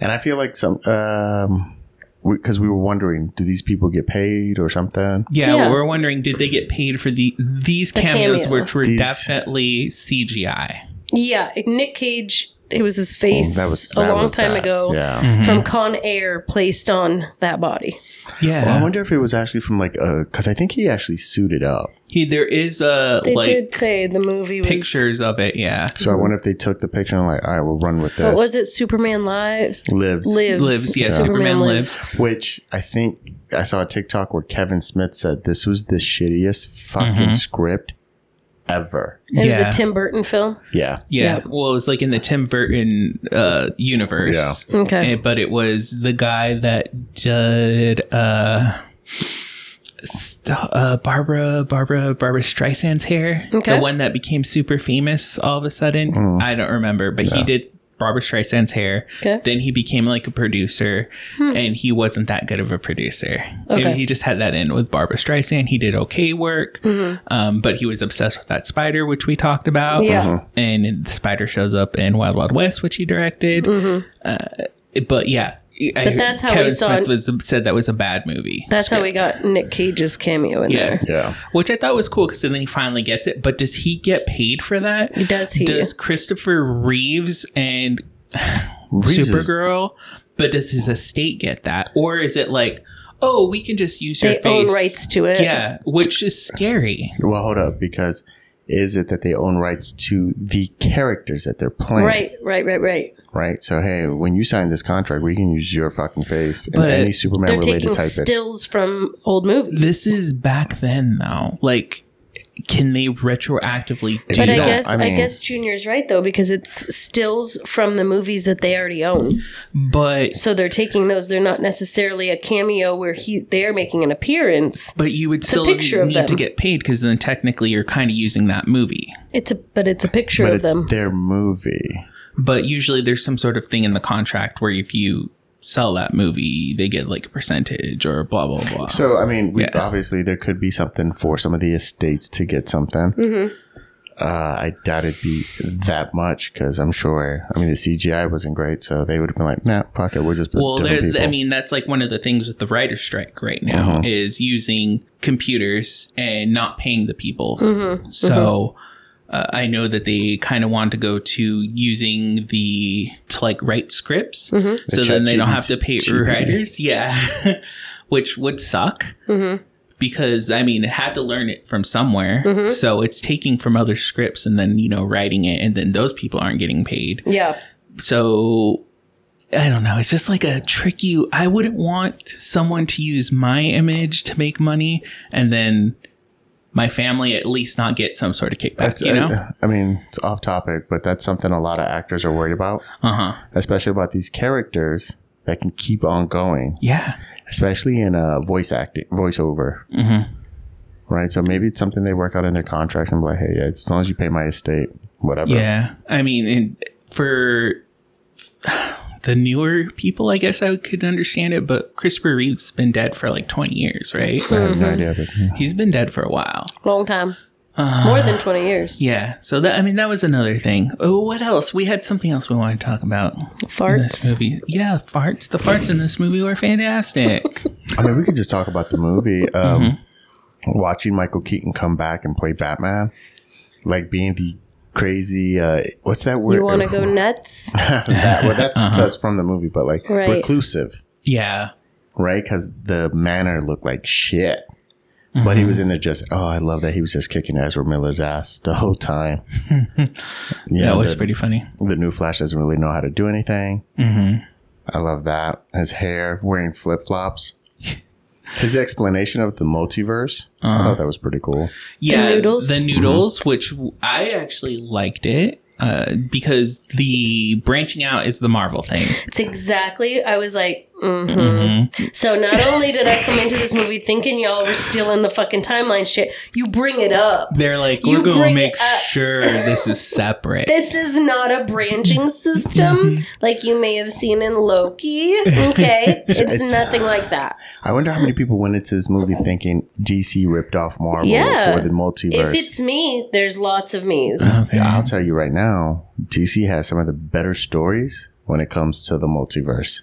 S1: And I feel like some um, because we were wondering, do these people get paid or something?
S2: Yeah,
S3: Yeah.
S2: we're wondering did they get paid for the these cameos,
S3: cameo.
S2: which were
S1: These-
S2: definitely CGI?
S3: Yeah, Nick Cage. It was
S2: Oh,
S3: his face
S1: that was
S3: a
S1: that
S3: long
S1: was
S3: time
S1: bad.
S3: ago
S1: Yeah.
S2: Mm. Mm-hmm.
S3: from Con Air placed on that body.
S1: Well,
S2: Yeah,
S1: I wonder if it was actually from like a because I think he actually suited up.
S2: he, there is uh,
S3: They
S2: like
S3: did say the movie was.
S2: pictures of it. Yeah,
S1: So I wonder if they took the picture and like, all right, we'll run with this.
S3: Mm-hmm. What was it? Superman Lives.
S1: Lives.
S3: Lives.
S2: Lives, yeah, Superman Lives.
S1: Which I think I saw a TikTok where Kevin Smith said this was the shittiest fucking
S3: Mm-hmm.
S1: script ever.
S3: It
S2: yeah.
S3: was a Tim Burton film.
S1: Yeah.
S2: yeah.
S3: Yeah.
S2: Well, it was like in the Tim Burton uh, universe.
S3: Yeah. Okay.
S2: And- Eh, but it was the guy that did uh, st- uh, Barbara, Barbara, Barbara Streisand's hair.
S3: Okay.
S2: The one that became super famous all of a sudden. I don't remember, but he did Barbara Streisand's hair.
S3: Okay. Hmm.
S2: Then he became like a producer, and he wasn't that good of a producer.
S3: Okay.
S2: And he just had that in with Barbara Streisand. He did okay work,
S3: Mm-hmm.
S2: um, but he was obsessed with that spider, which we talked about.
S3: Yeah. Mhm.
S2: And the spider shows up in Wild Wild West, which he directed. Uh, but yeah. I
S3: But that's how we
S2: Kevin
S3: saw
S2: Smith
S3: it.
S2: was said that was a bad movie.
S3: That's how we got Nick Cage's cameo in
S2: Yes.
S3: there.
S1: Yeah.
S2: Which I thought was cool because then he finally gets it. But does he get paid for that?
S3: Does he?
S2: Does Christopher Reeves and
S1: Reeves is-
S2: Supergirl, but does his estate get that? Or is it like, oh, we can just use
S3: They
S2: your face.
S3: own rights to it.
S2: Yeah, which is scary.
S1: Well, hold up, because is it that they own rights to the characters that they're playing?
S3: Right, right, right, right.
S1: Right. So hey, when you sign this contract, we can use your fucking face in
S2: But
S1: any
S3: They're
S1: Superman
S3: taking
S1: related type. it.
S3: stills from old movies.
S2: This is back then, though. Like, can they retroactively do
S3: but I
S1: Yeah,
S2: that?
S3: guess
S1: I
S3: I,
S1: mean-
S3: guess Junior's right though because it's stills from the movies that they already own.
S2: But
S3: So they're taking those. They're not necessarily a cameo where he they're making an appearance.
S2: but you would still need
S3: picture of them.
S2: to get paid because then technically you're kind of using that movie.
S3: It's a but it's a picture
S1: But
S3: of
S1: it's
S3: them.
S1: their movie.
S2: But usually there's some sort of thing in the contract where if you sell that movie, they get like a percentage or blah blah blah.
S1: So I mean, we
S2: Yeah.
S1: obviously there could be something for some of the estates to get something. Uh, I doubt it'd be that much because I'm sure. I mean, the CGI wasn't great, so they would have been like, "Nah, fuck it, we'll just put
S2: well,
S1: different
S2: there,
S1: people." Uh-huh.
S2: I mean, that's like one of the things with the writer's strike right now is using computers and not paying the people. So Uh, I know that they kind of want to go to using the to like write scripts, so
S1: The
S2: then they don't have to pay
S1: ChatGPT.
S2: writers. Yeah, which would suck. Because I mean, it had to learn it from somewhere, so it's taking from other scripts and then you know writing it, and then those people aren't getting paid
S3: yeah,
S2: so I don't know. It's just like a tricky. I wouldn't want someone to use my image to make money, and then my family at least not get some sort of kickback.
S1: That's-
S2: you know?
S1: I, I mean, it's off topic, but that's something a lot of actors are worried about,
S2: Uh huh.
S1: especially about these characters that can keep on going,
S2: Yeah.
S1: especially in uh, voice acting, voiceover. Mm-hmm. Right. So maybe it's something they work out in their contracts and be like, "Hey, yeah, as long as you pay my estate, whatever."
S2: Yeah. I mean, and for the newer people, I guess I could understand it, but Christopher Reeve's been dead for like 20 years, right?
S1: I have no idea, but hmm.
S2: He's been dead for a while.
S3: long time, more than twenty years.
S2: Uh, Yeah. So that, I mean, that was another thing. Oh, what else? We had something else we wanted to talk about. This
S3: farts.
S2: movie. Yeah, farts. The farts in this movie were fantastic.
S1: I mean, we could just talk about the movie. Um,
S2: Mm-hmm.
S1: Watching Michael Keaton come back and play Batman, like being the crazy, uh, what's that word?
S3: You want to go nuts?
S1: that, well,
S2: Uh-huh.
S1: that's because from the movie, but like
S3: Right.
S1: reclusive,
S2: yeah.
S1: right? Because the manor looked like shit. But
S2: Mm-hmm.
S1: he was in there just, oh, I love that he was just kicking Ezra Miller's ass the whole time. yeah,
S2: that was
S1: the,
S2: pretty funny.
S1: the new Flash doesn't really know how to do anything. I love that. His hair, wearing flip flops. His explanation of the multiverse, I thought that was pretty cool.
S2: Yeah.
S3: noodles?
S2: The noodles, which w- I actually liked it uh, because the branching out is the Marvel thing.
S3: It's exactly. I was like,
S2: Mm-hmm.
S3: hmm so not only did I come into this movie thinking y'all were still in the fucking timeline shit, you bring it up.
S2: They're like,
S3: You
S2: we're going to
S3: bring
S2: make
S3: it up.
S2: sure this is separate.
S3: This is not a branching system like you may have seen in Loki. Okay, it's,
S1: It's-
S3: nothing like that.
S1: I wonder how many people went into this movie thinking DC ripped off Marvel
S3: Yeah.
S1: for the multiverse.
S3: If it's me, there's lots of me's.
S2: Okay.
S1: Yeah, I'll tell you right now, DC has some of the better stories when it comes to the multiverse.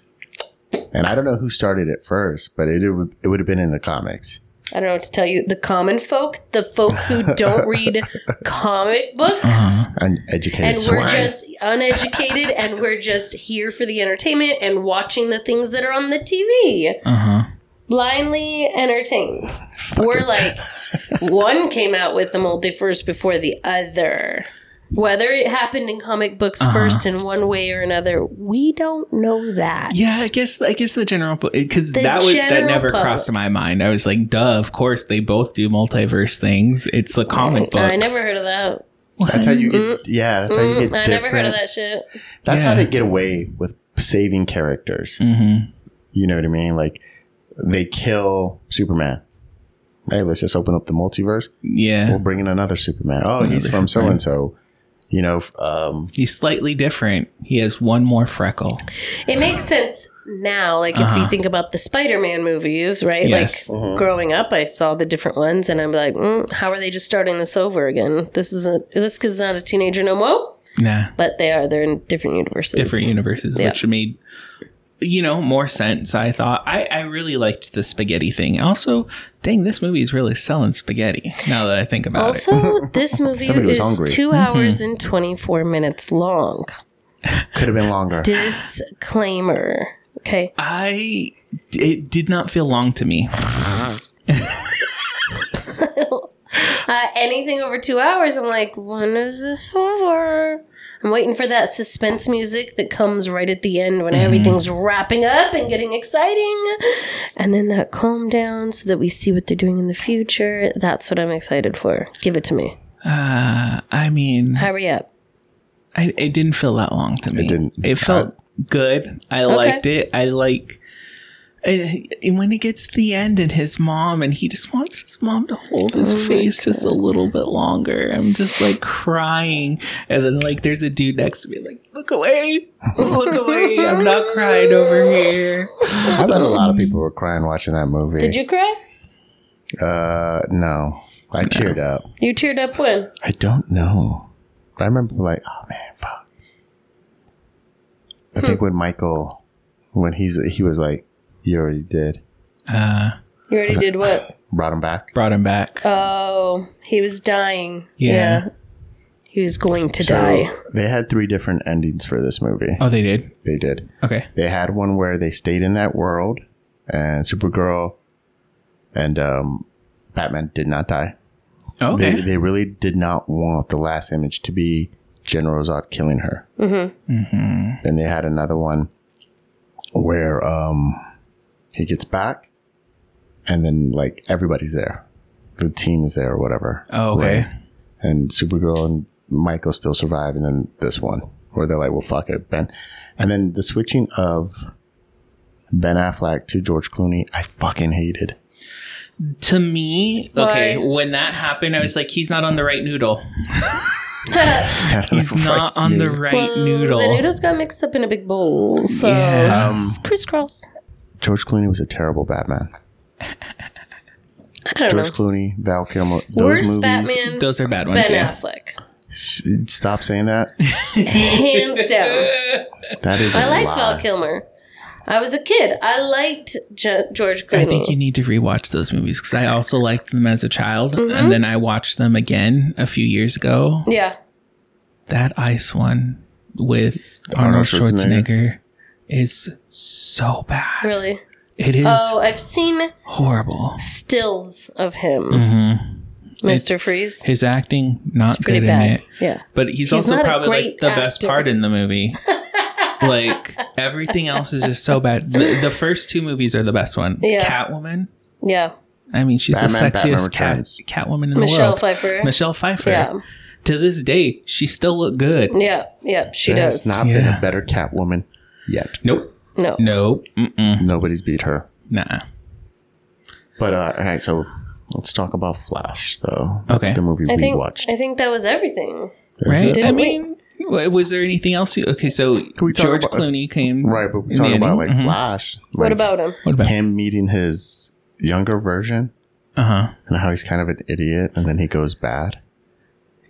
S1: And I don't know who started it first, but it would- it would have been in the comics.
S3: I don't know what to tell you. The common folk, the folk who don't read comic books,
S1: And educated
S3: and
S1: swine.
S3: we're just uneducated and we're just here for the entertainment and watching the things that are on the TV.
S2: Uh huh.
S3: blindly entertained. We're like, one came out with the multiverse before the other. Whether it happened in comic books
S2: Uh-huh.
S3: first in one way or another, we don't know that.
S2: Yeah, I guess I guess the general because
S3: The
S2: that was that
S3: general
S2: never
S3: public.
S2: crossed my mind. I was like, duh, of course they both do multiverse things. It's the comic books.
S3: I never heard of that.
S1: that's how you get. Yeah, that's how you get
S3: Mm, I
S1: different.
S3: never heard of that shit.
S1: That's how
S2: Yeah.
S1: they get away with saving characters.
S2: Mm-hmm.
S1: You know what I mean? Like they kill Superman. Hey, let's just open up the multiverse.
S2: Yeah,
S1: We'll bring in another Superman. Oh, he's
S2: Another
S1: from so and so. You know, f- um,
S2: he's slightly different. He has one more freckle.
S3: It makes sense now, like if you think about the Spider-Man movies, right?
S2: Uh-huh. Yes.
S3: Like growing up, I saw the different ones, and I'm like, mm, how are they just starting this over again? This isn't this kid's not a teenager no more,
S2: Nah,
S3: but they are. They're in different universes.
S2: different universes,
S3: Yeah.
S2: which made you know more sense. I thought I, I really liked the spaghetti thing. Also, dang, this movie is really selling spaghetti. Now that I think about it,
S3: Also, this movie
S1: Somebody was
S3: is
S1: hungry. Mm-hmm.
S3: two hours and 24 minutes long.
S1: could have been longer.
S3: Disclaimer. Okay.
S2: I it did not feel long to me.
S3: Uh, anything over two hours, I'm like, when is this over? I'm waiting for that suspense music that comes right at the end
S1: Mm-hmm.
S3: when everything's wrapping up and getting exciting. And then that calm down so that we see what they're doing in the future. That's what I'm excited for. Give it to me.
S2: Uh, I mean,
S3: Hurry up.
S2: I, it didn't feel that long to me.
S1: didn't.
S2: It felt good. I liked it. I like. I, and when it gets to the end and his mom and he just wants his mom to hold
S3: Oh
S2: his face just a little bit longer i'm just like crying and then like there's a dude next to me like look away look away i'm not crying over here
S1: I bet a lot of people were crying watching that movie.
S3: Did you cry?
S1: Uh, no, I teared up.
S3: You teared up when?
S1: I don't know. I remember like, oh man, fuck. I think when Michael, when he's he was like, you already did,
S2: uh
S3: You already did what?
S1: brought him back.
S2: brought him back
S3: Oh, he was dying.
S2: Yeah.
S3: He was going to
S1: So
S3: die.
S1: they had three different endings for this movie.
S2: oh they did
S1: They did.
S2: okay
S1: They had one where they stayed in that world, and Supergirl, and um, Batman did not die.
S2: Oh, okay
S1: They, they really did not want the last image to be General Zod killing her. Mm-hmm. Mm-hmm. Then they had another one where um, he gets back, and then like everybody's there, the team is there or whatever.
S2: oh okay
S1: Right? And Supergirl and Michael still survive, and then this one where they're like, "Well, fuck it, Ben," and then the switching of Ben Affleck to George Clooney, I fucking hated.
S2: to me okay
S3: Why?
S2: when that happened i was like he's not on the right noodle
S1: He's
S2: he's not on the right
S3: The
S2: noodle
S3: noodles got mixed up in a big bowl, so
S2: Yeah. Um,
S3: it's crisscross.
S1: George Clooney was a terrible Batman.
S3: I don't
S1: George
S3: know.
S1: Clooney, Val Kilmer, those
S3: Worst
S1: movies.
S3: Batman,
S2: those are bad
S3: Ben
S2: ones yeah
S3: Affleck.
S1: S- Stop saying that.
S3: Hands down.
S1: That is.
S3: I
S1: a
S3: liked
S1: lie.
S3: Val Kilmer. I was a kid. I liked Ge- George Clooney.
S2: I think you need to rewatch those movies because I also liked them as a child,
S3: Mm-hmm.
S2: and then I watched them again a few years ago.
S3: yeah.
S2: That ice one with
S1: Arnold
S2: Arnold Schwarzenegger,
S1: Schwarzenegger.
S2: is so bad.
S3: Really?
S2: It is
S3: Oh, I've seen
S2: horrible.
S3: stills of him, Mr. Freeze.
S2: His acting not Mm-hmm.
S3: Pretty
S2: good in
S3: bad.
S2: it,
S3: Yeah.
S2: but he's,
S3: He's
S2: also
S3: not a
S2: probably like
S3: great
S2: the best
S3: actor.
S2: part in the movie. like everything else is just so bad. The, the first two movies are the best one.
S3: Yeah.
S2: Catwoman.
S3: Yeah.
S2: I mean, she's
S1: Batman,
S2: the
S1: Batman
S2: sexiest cat,
S1: Returns.
S2: Catwoman in the
S3: Michelle
S2: world.
S3: Pfeiffer.
S2: Michelle Pfeiffer.
S3: Yeah.
S2: To this day, she still looked good.
S3: Yeah. Yeah. She
S1: There
S3: does.
S1: has not been
S2: Yeah.
S1: a better Catwoman yet.
S2: Nope.
S3: no.
S2: Nope. Mm-mm.
S1: Nobody's beat her.
S2: Nah.
S1: But uh, all right, so let's talk about Flash, though. That's
S2: Okay.
S1: the movie
S3: I
S1: we
S3: think
S1: watched.
S3: I think that was everything.
S1: Is
S2: Right.
S1: it-
S2: I
S3: Didn't we-
S2: mean, wa- was there anything else? You, okay, so
S1: we talk
S2: George
S1: about-
S2: Clooney came.
S1: Right, but we
S2: in
S1: talk
S2: the
S1: about
S2: ending.
S1: like
S2: Mhm.
S1: Flash.
S3: What
S1: like,
S3: about him?
S2: What about?
S1: him meeting his younger version
S2: Uh huh.
S1: and how he's kind of an idiot, and then he goes bad.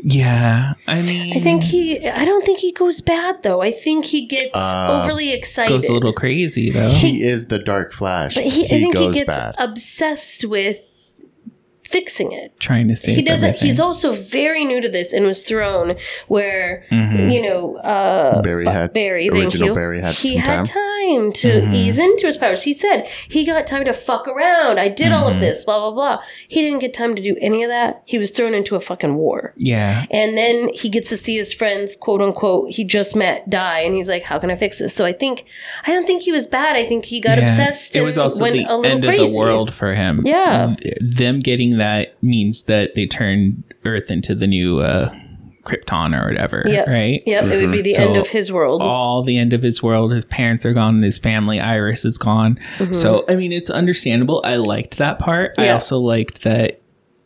S2: Yeah. I mean,
S3: I think he. I don't think he goes bad though. I think he gets
S1: Uh,
S3: overly excited.
S2: goes a little crazy though.
S1: He is the Dark Flash.
S3: but he, I think he
S1: goes
S3: gets
S1: bad.
S3: obsessed with fixing it.
S2: Trying to save.
S3: he doesn't
S2: Everything.
S3: he's also very new to this and was thrown where
S2: Mm-hmm.
S3: you know uh
S1: Barry
S3: Bu-
S1: had-
S3: Barry, thank
S1: original
S3: you.
S1: Barry had
S3: he
S1: some
S3: had
S1: time.
S3: time to
S2: Mm-hmm.
S3: ease into his powers. He said he got time to fuck around. I did all
S2: Mm-hmm.
S3: of this, blah blah blah. He didn't get time to do any of that. He was thrown into a fucking war.
S2: yeah.
S3: And then he gets to see his friends, quote unquote, he just met die, and he's like, "How can I fix this?" So I think, I don't think he was bad. I think he got
S2: yeah.
S3: obsessed.
S2: It
S3: and
S2: was also
S3: went
S2: the
S3: a little
S2: end
S3: crazy.
S2: of the world for him.
S3: Yeah.
S2: Th- Them getting that means that they turned Earth into the new uh, Krypton or whatever.
S3: Yep.
S2: Right. Mm-hmm.
S3: Yep, it would be the
S2: So
S3: end of his world.
S2: all the end of his world. His parents are gone. His family, Iris, is gone. So, I mean, it's understandable. I liked that part. I
S3: Mm-hmm. Yeah.
S2: also liked that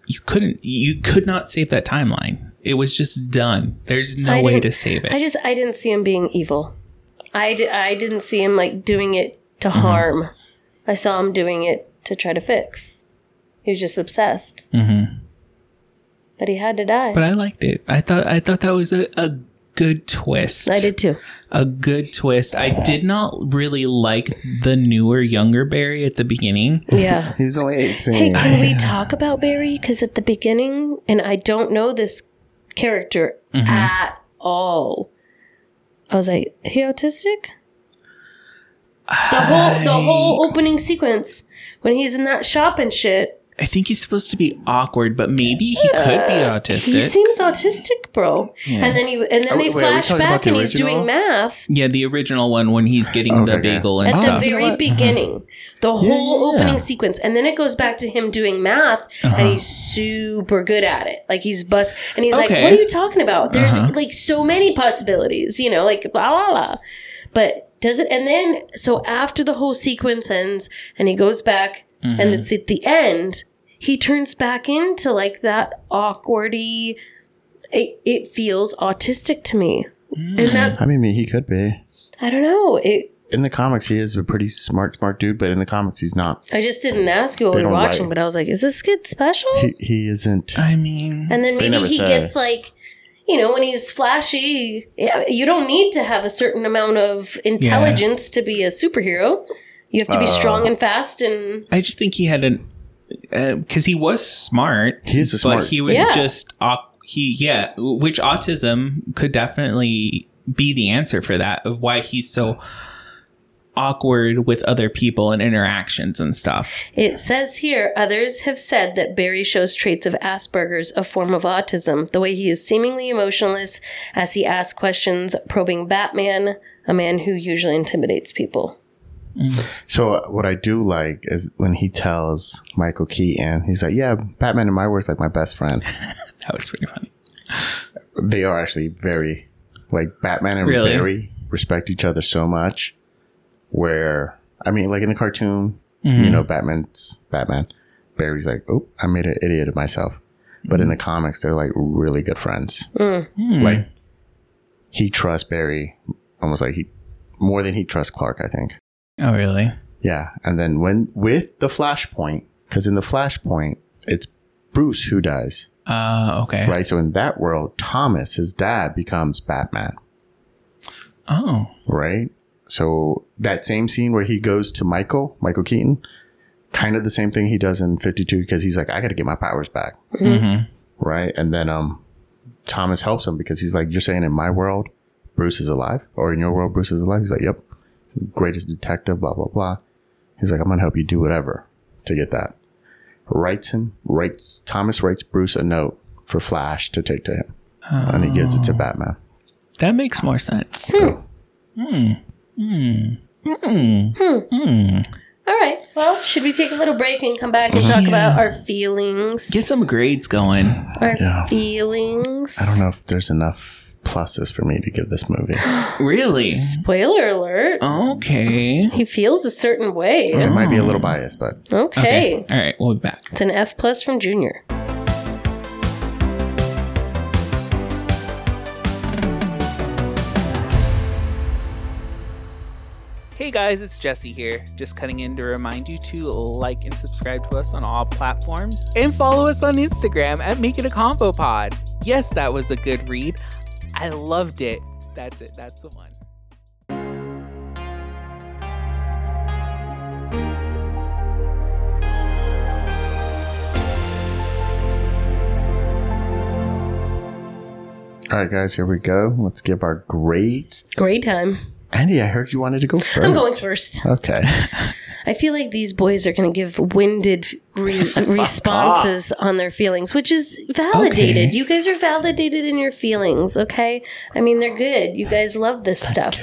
S2: you couldn't, you could not save that timeline. It was just done. There's no
S3: I
S2: way to
S3: didn't-
S2: save it.
S3: I just I didn't see him being evil. I, d- I didn't see him like doing it to harm. I saw him doing it to try to fix. He was just obsessed.
S2: Mhm.
S3: But he had to die.
S2: but I liked it. I thought, I thought that was a, a good twist.
S3: I did too.
S2: a good twist. I did not really like the newer, younger Barry at the beginning.
S3: Yeah.
S1: He's only
S3: hey,
S1: 18.
S3: can we talk about Barry? Because at the beginning, and I don't know this character at all. I was like, he autistic? The whole the whole opening sequence when he's in that shop and shit.
S2: I think he's supposed to be awkward, but maybe he could be
S3: Uh,
S2: autistic.
S3: He seems autistic, bro.
S2: Yeah.
S3: And then you and
S1: Are
S3: then
S1: we-
S3: they
S1: wait, are we
S3: flash
S1: talking about
S3: back
S1: the
S3: and he's doing
S1: original?
S3: math
S2: yeah, the original one when he's getting
S1: Okay,
S2: the
S1: okay.
S2: bagel and
S3: at
S2: stuff.
S3: the very
S1: Uh-huh.
S3: beginning. The
S1: Yeah,
S3: whole
S1: yeah, yeah.
S3: opening sequence, and then it goes back to him doing math,
S2: Uh-huh.
S3: and he's super good at it. Like he's bust, and he's like,
S2: Okay.
S3: "What are you talking about? There's
S2: Uh-huh.
S3: like so many possibilities, you know, like blah blah blah." But does it? And then so after the whole sequence ends, and he goes back, and it's at the end. He turns back into like that awkwardy. It, it feels autistic to me, and that's
S1: I mean, he could be.
S3: I don't know. It
S1: In the comics, he is a pretty smart, smart dude, but in the comics, he's not.
S3: I just didn't ask you what
S1: They
S3: we were
S1: don't write.
S3: watching, but I was like, is this kid special?
S1: He, he isn't.
S2: I mean,
S3: and then
S1: They
S3: maybe
S1: never
S3: he
S1: say.
S3: gets like, you know, when he's flashy, yeah, you don't need to have a certain amount of intelligence to be a superhero. You have to be
S1: Uh,
S3: strong and fast and
S2: I just think he had an because he was smart.
S1: He is a
S2: but
S1: smart-
S2: he was
S3: Yeah.
S2: just au- he yeah, which autism could definitely be the answer for that of why he's so awkward with other people and interactions and stuff.
S3: It says here others have said that Barry shows traits of Asperger's, a form of autism, the way he is seemingly emotionless as he asks questions, probing Batman, a man who usually intimidates people.
S1: So uh, what I do like is when he tells Michael Keaton, he's like, "Yeah, Batman in my words like my best friend.
S2: That was pretty funny.
S1: They are actually very like Batman and
S2: Really?
S1: Barry respect each other so much. Where I mean, like in the cartoon,
S2: Mm-hmm.
S1: you know, Batman's Batman. Barry's like, "Oh, I made an idiot of myself." But in the comics, they're like really good friends.
S2: Mm-hmm.
S1: Like he trusts Barry almost like he more than he trusts Clark. I think.
S2: Oh really?
S1: Yeah, and then when with the flashpoint, because in the flashpoint, it's Bruce who dies,
S2: Uh okay.
S1: right? So in that world, Thomas, his dad, becomes Batman,
S2: Oh.
S1: right? So that same scene where he goes to Michael, Michael Keaton, kind of the same thing he does in Fifty Two, because he's like, I got to get my powers back,
S2: Mhm.
S1: right? And then um, Thomas helps him because he's like, You're saying in my world, Bruce is alive, or in your world, Bruce is alive. He's like, Yep, he's the greatest detective, blah blah blah. He's like, I'm gonna help you do whatever to get that. Writes him, writes Thomas writes Bruce a note for Flash to take to him, and he gives it to Batman.
S2: That makes more sense.
S3: All right. Well, should we take a little break and come back and talk about our feelings?
S2: Get some grades going.
S3: our
S1: Yeah.
S3: feelings.
S1: I don't know if there's enough pluses for me to give this movie.
S2: Really?
S3: Spoiler alert.
S1: Oh.
S2: Okay.
S3: He feels a certain way.
S1: It might be a little biased, but
S3: Okay.
S2: All right, we'll be back.
S3: It's an F plus from Junior.
S4: Hey guys, it's Jesse here. Just cutting in to remind you to like and subscribe to us on all platforms and follow us on Instagram at Make It a Combo Pod. Yes, that was a good read. I loved it. That's it. That's the one.
S1: all right, guys, here we go. Let's give our grades.
S3: Great time.
S1: Andy, I heard you wanted to go first.
S3: I'm going first.
S1: Okay.
S3: I feel like these boys are going to give winded re- responses on their feelings, which is validated.
S2: Okay.
S3: You guys are validated in your feelings, okay? I mean, they're good. You guys love this stuff,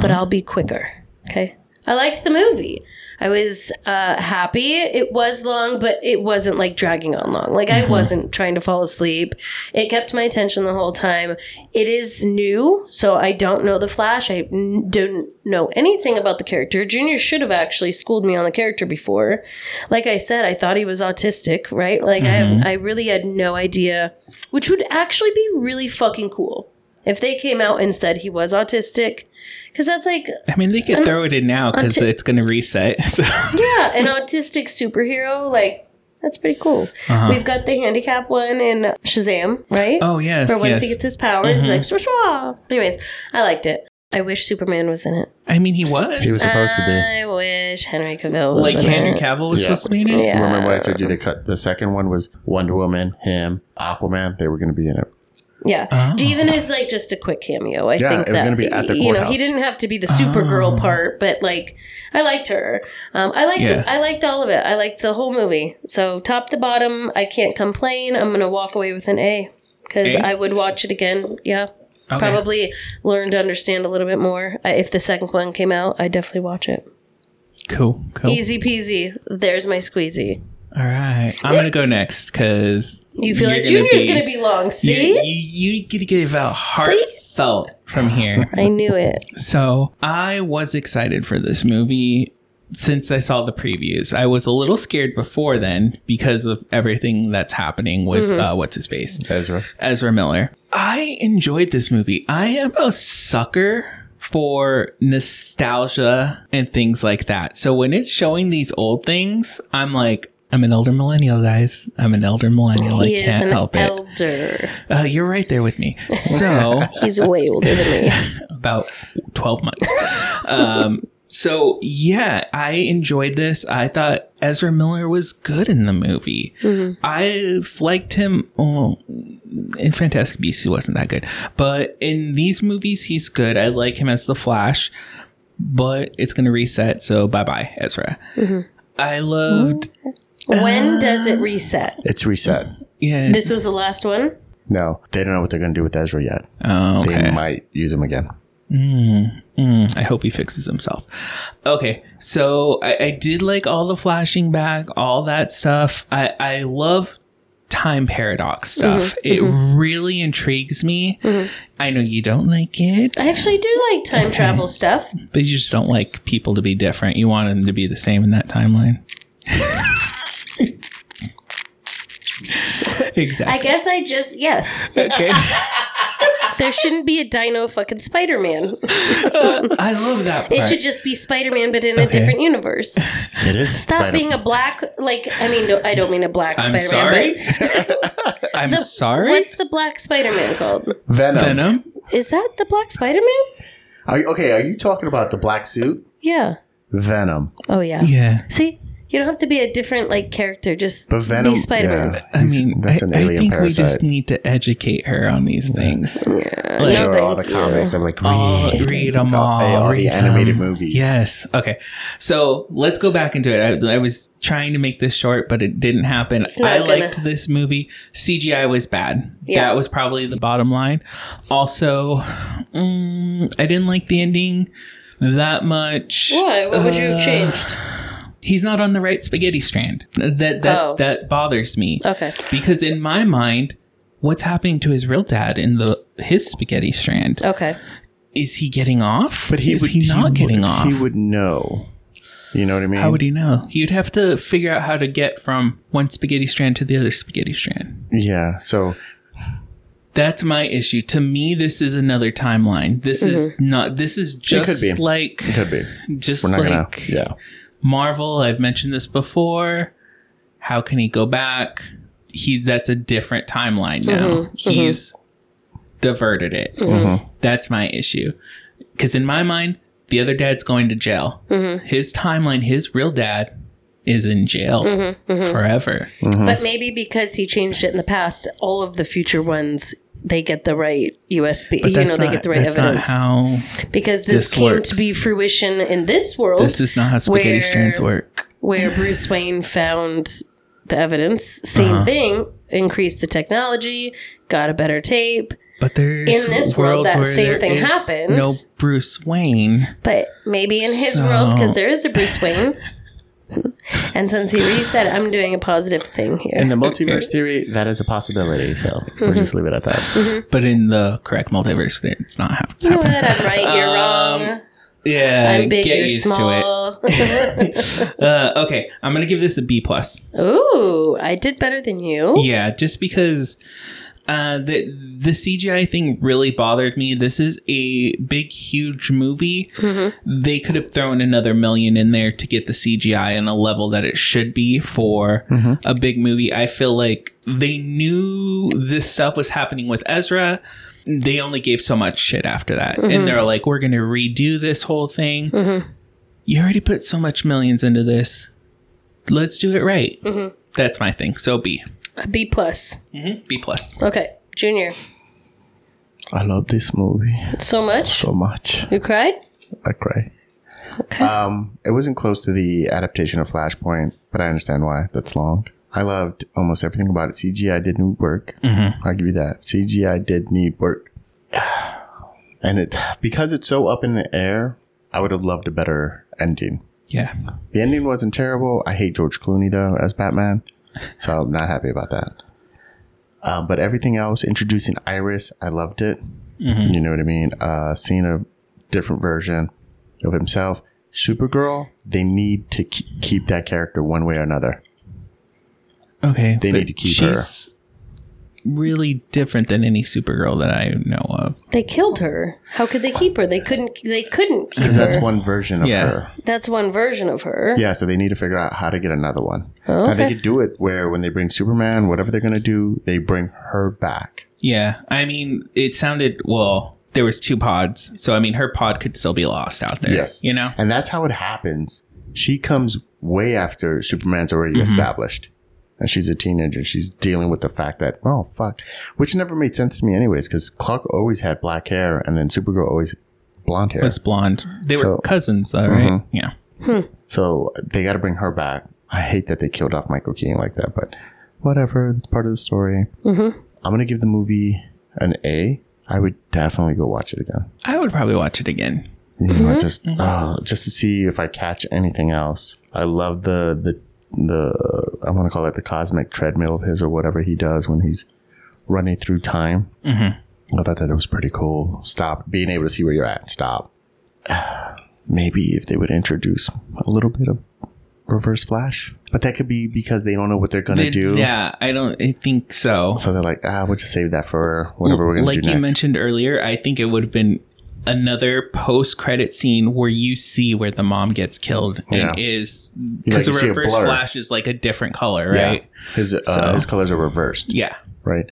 S3: but I'll be quicker, okay? I liked the movie. I was uh, happy. It was long, but it wasn't like dragging on long. Like I wasn't trying to fall asleep. It kept my attention the whole time. It is new, so I don't know the Flash. I n- don't know anything about the character. Junior should have actually schooled me on the character before. Like I said, I thought he was autistic, right? Like I, I really had no idea, which would actually be really fucking cool if they came out and said he was autistic. Because that's like
S2: I mean, they could throw it in now because
S3: unti-
S2: it's going to reset. So
S3: Yeah, an autistic superhero, like that's pretty cool. We've got the handicap one in Shazam, right?
S2: Oh yes,
S3: Where once
S2: yes.
S3: he gets his powers, he's like swah, swah. Anyways, I liked it. I wish Superman was in it.
S2: I mean, he was,
S3: Uh,
S1: He was supposed to be.
S3: I wish Henry Cavill was
S2: like
S3: in
S2: Henry
S3: it.
S2: Cavill was
S1: Yeah.
S2: supposed to be in it.
S3: Yeah.
S1: Remember when I told you they cut the second one was Wonder Woman, him, Aquaman. They were going to be in it.
S3: Yeah.
S2: Oh.
S3: Jeevan is like just a quick cameo. I
S1: Yeah,
S3: think
S1: it was
S3: that,
S1: gonna be at the
S3: you know
S1: courthouse.
S3: he didn't have to be the Supergirl
S2: Oh.
S3: part, but like I liked her. Um, I liked
S2: Yeah.
S3: I liked all of it. I liked the whole movie. So top to bottom, I can't complain. I'm gonna walk away with an A because
S2: A?
S3: I would watch it again. Yeah,
S2: Okay.
S3: probably learn to understand a little bit more. Uh, if the second one came out, I would definitely watch it.
S2: Cool. Cool.
S3: Easy peasy. There's my squeezy.
S2: All right. I'm going to go next because
S3: You feel
S2: You're
S3: like
S2: gonna
S3: Junior's
S2: be- e-
S3: gonna be long.
S2: you,
S3: See,
S2: you, you get to give out heartfelt from here.
S3: I knew it.
S2: So I was excited for this movie since I saw the previews. I was a little scared before then because of everything that's happening with
S3: Mm-hmm.
S2: uh, what's his face,
S1: Ezra.
S2: Ezra Miller. I enjoyed this movie. I am a sucker for nostalgia and things like that. So when it's showing these old things, I'm like. I'm an elder millennial, guys. I'm an elder millennial. I
S3: he is
S2: can't
S3: an
S2: help it.
S3: elder.
S2: Uh, you're right there with me. So
S3: He's way older than me.
S2: about 12 months. um, so, yeah, I enjoyed this. I thought Ezra Miller was good in the movie. I liked him. Oh, in Fantastic Beasts, he wasn't that good. But in these movies, he's good. I like him as the Flash, but it's going to reset. So, bye bye, Ezra. I loved.
S3: When does it reset?
S1: It's reset.
S2: Yeah.
S3: This was the last one.
S1: No, they don't know what they're going to do with Ezra yet.
S2: oh, okay.
S1: They might use him again.
S2: Mm, I hope he fixes himself. Okay, so I, I did like all the flashing back, all that stuff. I, I love time paradox
S3: Mm-hmm,
S2: stuff. It really intrigues me. I know you don't like it,
S3: I actually do like time travel stuff.
S2: but you just don't like people to be different. You want them to be the same in that timeline.
S3: I
S2: exactly.
S3: guess I just yes.
S2: Okay.
S3: uh, There shouldn't be a dino fucking Spider Man.
S2: I love that
S3: um, It
S2: part.
S3: should just be Spider Man, but in a
S2: Okay.
S3: different universe.
S1: It is.
S3: Stop being a black like. I mean, no, I don't mean a black
S2: I'm
S3: Spider
S2: sorry.
S3: Man.
S2: I'm
S3: But
S2: sorry.
S3: What's the black Spider Man called?
S1: Venom.
S2: Venom?
S3: Is that the black Spider Man?
S1: Are you, okay, are you talking about the black suit?
S3: Yeah.
S1: Venom.
S3: Oh yeah.
S2: Yeah.
S3: See, you don't have to be a different like character. Just
S1: But Venom.
S3: be Spider Man.
S1: yeah,
S2: I
S1: he's-
S2: mean,
S1: that's
S2: I,
S1: an
S2: I
S1: alien
S2: think
S1: parasite.
S2: we just need to educate her on these things.
S1: I
S2: Like,
S1: show her all the
S3: thank you.
S1: comics. I'm like, read,
S2: all, read them all.
S1: All, all
S2: read
S1: the animated
S2: them.
S1: movies.
S2: Yes. Okay. So let's go back into it. I, I was trying to make this short, but it didn't happen.
S3: not
S2: I
S3: gonna-
S2: liked this movie. CGI was bad.
S3: Yeah.
S2: That was probably the bottom line. Also, mm, I didn't like the ending that much.
S3: Why? What would you have
S2: Uh,
S3: changed?
S2: He's not on the right spaghetti strand. That that
S3: Oh.
S2: that bothers me
S3: Okay.
S2: because in my mind what's happening to his real dad in the his spaghetti strand
S3: Okay.
S2: is he getting off
S1: But he
S2: is
S1: would,
S2: he not
S1: would-
S2: getting off
S1: He would know. You know what I mean?
S2: how would he know he'd have to figure out how to get from one spaghetti strand to the other spaghetti strand
S1: yeah. So
S2: that's my issue to me this is another timeline this is not this is just
S1: be.
S2: like
S1: it could be.
S2: just
S1: We're not gonna.
S2: like
S1: Yeah.
S2: Marvel, I've mentioned this before. How can he go back? He that's a different timeline now.
S3: Mm-hmm,
S2: He's diverted it. That's my issue. Cuz in my mind, the other dad's going to jail.
S3: Mm-hmm.
S2: His timeline, his real dad is in jail
S3: Mm-hmm,
S2: forever.
S3: But maybe because he changed it in the past, all of the future ones they get the right USB.
S2: But
S3: you
S2: that's
S3: know, they
S2: not-
S3: get the right
S2: that's
S3: evidence
S2: not how
S3: because this,
S2: this
S3: came
S2: works.
S3: to be fruition in this world,
S2: this is not how spaghetti
S3: Where-
S2: strands work.
S3: where Bruce Wayne found the evidence. Same
S2: Uh-huh.
S3: thing. Increased the technology, got a better tape,
S2: But there's
S3: In this world,
S2: worlds
S3: that
S2: where
S3: same
S2: there
S3: thing
S2: is
S3: happens.
S2: No Bruce Wayne.
S3: but maybe in his world
S2: So-
S3: because there is a Bruce Wayne. and since he reset, it, I'm doing a positive thing here.
S1: In the multiverse theory, that is a possibility. So we'll
S2: Mm-hmm.
S1: just leave it at that.
S2: But in the correct multiverse, it's not how it's
S3: You know
S2: happening.
S3: what? I'm right. You're wrong.
S2: Yeah,
S3: I'm big.
S2: Um, get
S3: You're
S2: used
S3: small.
S2: to it. Uh, okay, I'm gonna give this a B plus.
S3: Ooh, I did better than you.
S2: Yeah, just because uh, the the CGI thing really bothered me. This is a big, huge movie. They could have thrown another million in there to get the CGI in a level that it should be for a big movie. I feel like they knew this stuff was happening with Ezra. They only gave so much shit after that, and they're like, "We're going to redo this whole thing." You already put so much millions into this. Let's do it right. That's my thing. So B.
S3: A B plus.
S2: B plus.
S3: Okay, Junior.
S1: I love this movie
S3: So much?
S1: so much.
S3: You cried?
S1: I cry.
S3: Okay.
S1: Um, it wasn't close to the adaptation of Flashpoint, but I understand why. That's long. I loved almost everything about it. CGI did need work. I'll give you that. CGI did need work. And it because it's so up in the air, I would have loved a better ending.
S2: Yeah.
S1: The ending wasn't terrible. I hate George Clooney though as Batman, so I'm not happy about that. Uh, but everything else, introducing Iris, I loved it. You know what I mean? Uh, seeing a different version of himself. Supergirl, they need to ke- keep that character one way or another.
S2: Okay.
S1: They
S2: but
S1: need to keep her.
S2: she's Really different than any Supergirl that I know of.
S3: they killed her. How could they keep her? They couldn't they couldn't keep her.
S1: Because that's one version of
S2: Yeah.
S1: her.
S3: That's one version of her.
S1: Yeah, so they need to figure out how to get another one. Now they
S3: Okay.
S1: could do it where when they bring Superman, whatever they're going to do, they bring her back.
S2: Yeah, I mean, it sounded well. There was two pods, so I mean, her pod could still be lost out there.
S1: Yes.
S2: you know.
S1: And that's how it happens. She comes way after Superman's already
S2: Mm-hmm.
S1: established. And she's a teenager. She's dealing with the fact that, oh, fuck. Which never made sense to me, anyways, because Clark always had black hair and then Supergirl always blonde hair.
S2: Was blonde. They were
S1: So- mm-hmm.
S2: cousins, though, right? Yeah.
S1: so they got to bring her back. I hate that they killed off Michael Keaton like that, but whatever. It's part of the story. I'm going to give the movie an A. I would definitely go watch it again.
S2: I would probably watch it again.
S1: You know, I just
S2: Mm-hmm.
S1: uh, just to see if I catch anything else. I love the the the I want to call it the cosmic treadmill of his or whatever he does when he's running through time. Mm-hmm. I thought that was pretty cool. Stop being able to see where you're at. Stop. Maybe if they would introduce a little bit of reverse flash, but that could be because they don't know what they're gonna
S2: They-
S1: do.
S2: Yeah, I don't I think so.
S1: So they're like, ah, we'll just save that for whatever we're gonna
S2: like
S1: do
S2: you
S1: next.
S2: mentioned earlier, I think it would have been another post-credit scene where you see where the mom gets killed
S1: Yeah.
S2: and is
S1: Like,
S2: because
S1: you see
S2: the
S1: a
S2: reverse
S1: blur.
S2: flash is like a different color,
S1: Yeah.
S2: right?
S1: His uh,
S2: So-
S1: his colors are reversed.
S2: Yeah.
S1: right?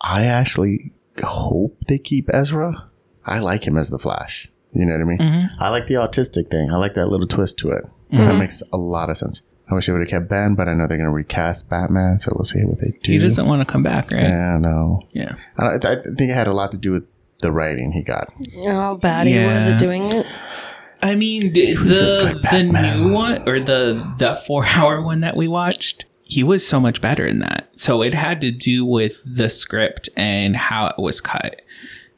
S1: I actually hope they keep Ezra. I like him as the Flash. You know what I mean?
S2: Mm-hmm.
S1: I like the autistic thing. I like that little twist to it. That makes a lot of sense. I wish they would have kept Ben, but I know they're going to recast Batman, so we'll see what they do.
S2: He doesn't want to come back, right?
S1: Yeah, no.
S2: Yeah.
S1: I, don't- I think it had a lot to do with the writing he got.
S3: How bad he was
S2: Yeah.
S3: at doing it.
S2: I mean, the
S1: was a good
S2: the, the
S1: Batman.
S2: new one or the the four hour one that we watched, he was so much better in that. So it had to do with the script and how it was cut.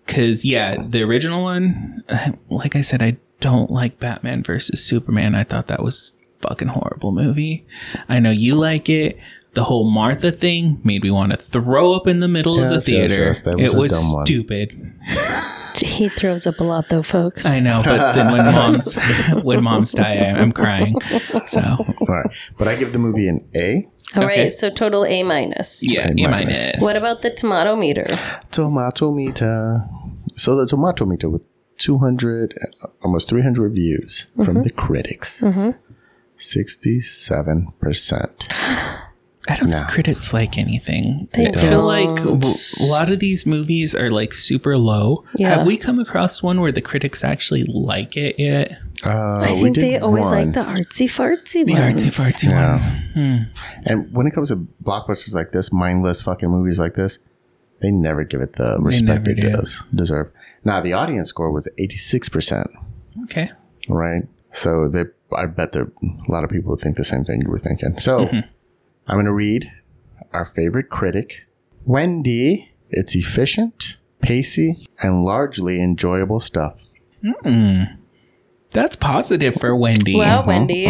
S2: Because yeah, the original one, uh, like I said, I don't like Batman versus Superman. I thought that was fucking horrible movie. I know you like it. The whole Martha thing made me want to throw up in the middle of the
S1: Yes, yes,
S2: theater.
S1: yes, that was
S2: it
S1: a
S2: was
S1: dumb one.
S2: stupid.
S3: He throws up a lot though, folks.
S2: I know, but then when moms when moms die, I, I'm crying. So
S1: All right. But I give the movie an A.
S3: All right,
S2: Okay.
S3: so total A minus.
S2: yeah,
S1: A
S2: A
S1: minus.
S2: minus.
S3: What about the tomato meter?
S1: Oh, Tomato meter. So the tomato meter with 200, uh, almost 300 reviews
S3: Mm-hmm.
S1: from the critics. 67%.
S2: I don't
S1: No.
S2: think critics like anything.
S3: They
S2: I feel like
S3: don't.
S2: w- a lot of these movies are like super low.
S3: Yeah.
S2: Have we come across one where the critics actually like it yet?
S1: Uh,
S3: I
S1: we
S3: think
S1: did
S3: they always like
S1: one.
S3: the artsy fartsy
S2: The
S3: ones.
S2: artsy fartsy
S1: Yeah.
S2: ones.
S1: And when it comes to blockbusters like this, mindless fucking movies like this, they never give it the respect
S2: never
S1: it
S2: do.
S1: does deserve. Now, the audience score was 86%,
S2: Okay.
S1: right? So they, I bet there a lot of people think the same thing you were thinking. So
S3: Mm-hmm.
S1: I'm going to read our favorite critic, Wendy. It's efficient, pacey, and largely enjoyable stuff.
S2: That's positive for Wendy.
S3: Wow,
S1: Uh-huh,
S3: Wendy.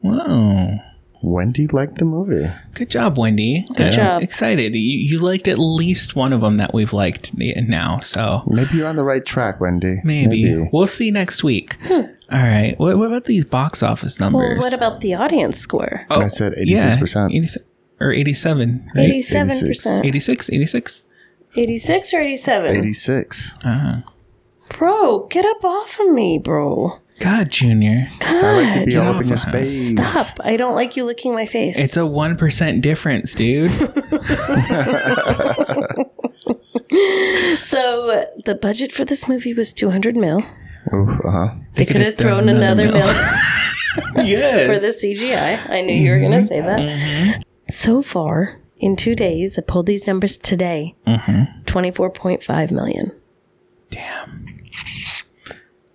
S2: Whoa.
S1: Wendy liked the movie.
S2: Good job, Wendy. Good
S3: job.
S2: Excited. You, you liked at least one of them that we've liked n- now. So
S1: Maybe you're on the right track, Wendy.
S2: Maybe. We'll see next week. All right. What, what about these box office
S3: Hmm. Well,
S2: numbers? Oh,
S3: what about the audience score?
S1: I said 86%.
S2: Yeah, 86 or 87, right?
S3: 87%.
S2: 86, 86?
S3: 86 or 87?
S1: 86.
S2: Uh-huh.
S3: Bro, get up off of me, bro.
S2: God, Junior.
S1: I like to be
S2: God.
S1: all up in your
S2: Get off us.
S1: space.
S3: Stop. I don't like you licking my face.
S2: It's a 1% difference, dude.
S3: so the budget for this movie was 200 mil.
S1: Oof, uh-huh.
S3: They, could have thrown, another, mil
S2: yes.
S3: for the CGI. I knew you were going to say that. So far, in two days, I pulled these numbers today 24.5 million.
S2: Damn.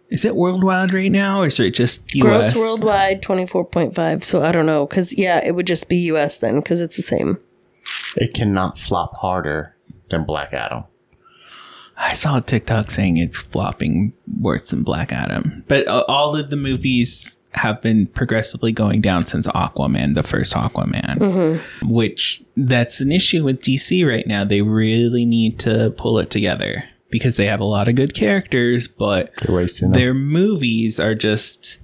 S2: Is it worldwide right now, or is it just U.S.?
S3: Gross worldwide 24.5. So I don't know. Because, yeah, it would just be US then because it's the same.
S1: It cannot flop harder than Black Adam.
S2: I saw a TikTok saying it's flopping worse than Black Adam, but uh, all of the movies have been progressively going down since Aquaman, the first Aquaman, which that's an issue with DC right now. They really need to pull it together because they have a lot of good characters, but
S1: They're wasting
S2: their movies are just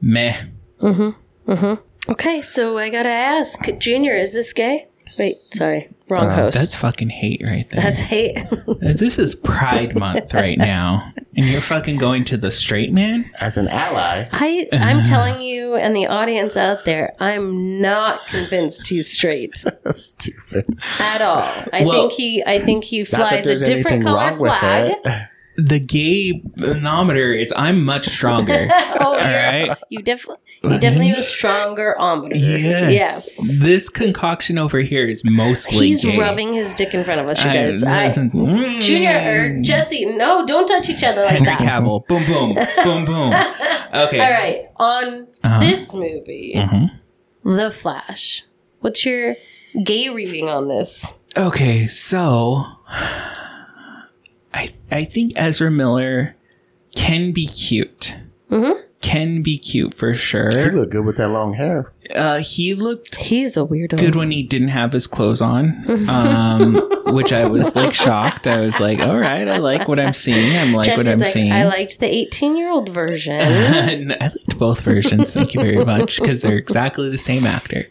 S2: meh.
S3: Okay, so I got to ask Junior, is this gay? Wait, sorry. Wrong host.
S2: That's
S3: That's,
S2: fucking hate right there.
S3: hate.
S2: this is Pride Month right now, and you're fucking going to the straight man.
S1: As an ally,
S3: I, I'm telling you and the audience out there, I'm not convinced he's straight
S1: that's stupid.
S3: at all. I
S2: Well-
S3: think he I think he
S1: Not that
S3: flies a
S1: there's anything
S3: different color
S1: wrong with
S3: flag.
S1: it.
S2: The gay manometer is I'm much stronger.
S3: oh,
S2: All
S3: you're,
S2: right.
S3: you definitely you definitely have a stronger arm.
S2: Yes.
S3: Yes.
S2: This concoction over here is mostly
S3: He's
S2: gay.
S3: rubbing his dick in front of us, you
S2: I-
S3: guys. I,
S2: Mm.
S3: Junior or Jesse, no, don't touch each other like
S2: Henry
S3: that.
S2: Cavill. Boom, boom, boom, boom. Okay.
S3: All right, on
S2: Uh-huh.
S3: this movie,
S2: Mhm.
S3: The Flash. What's your gay reading on this?
S2: Okay, so I I think Ezra Miller can be cute.
S3: Mhm.
S2: Can be cute for
S1: You
S2: sure.
S1: look good with that long hair.
S2: Uh, he looked
S3: He's a weirdo.
S2: good when he didn't have his clothes on, um, which I was like shocked. I was like, all right, I like what I'm seeing. I'm like
S3: Jesse's
S2: what I'm
S3: like,
S2: seeing.
S3: I liked the 18 year old version.
S2: And I liked both versions. Thank you very much because they're exactly the same actor.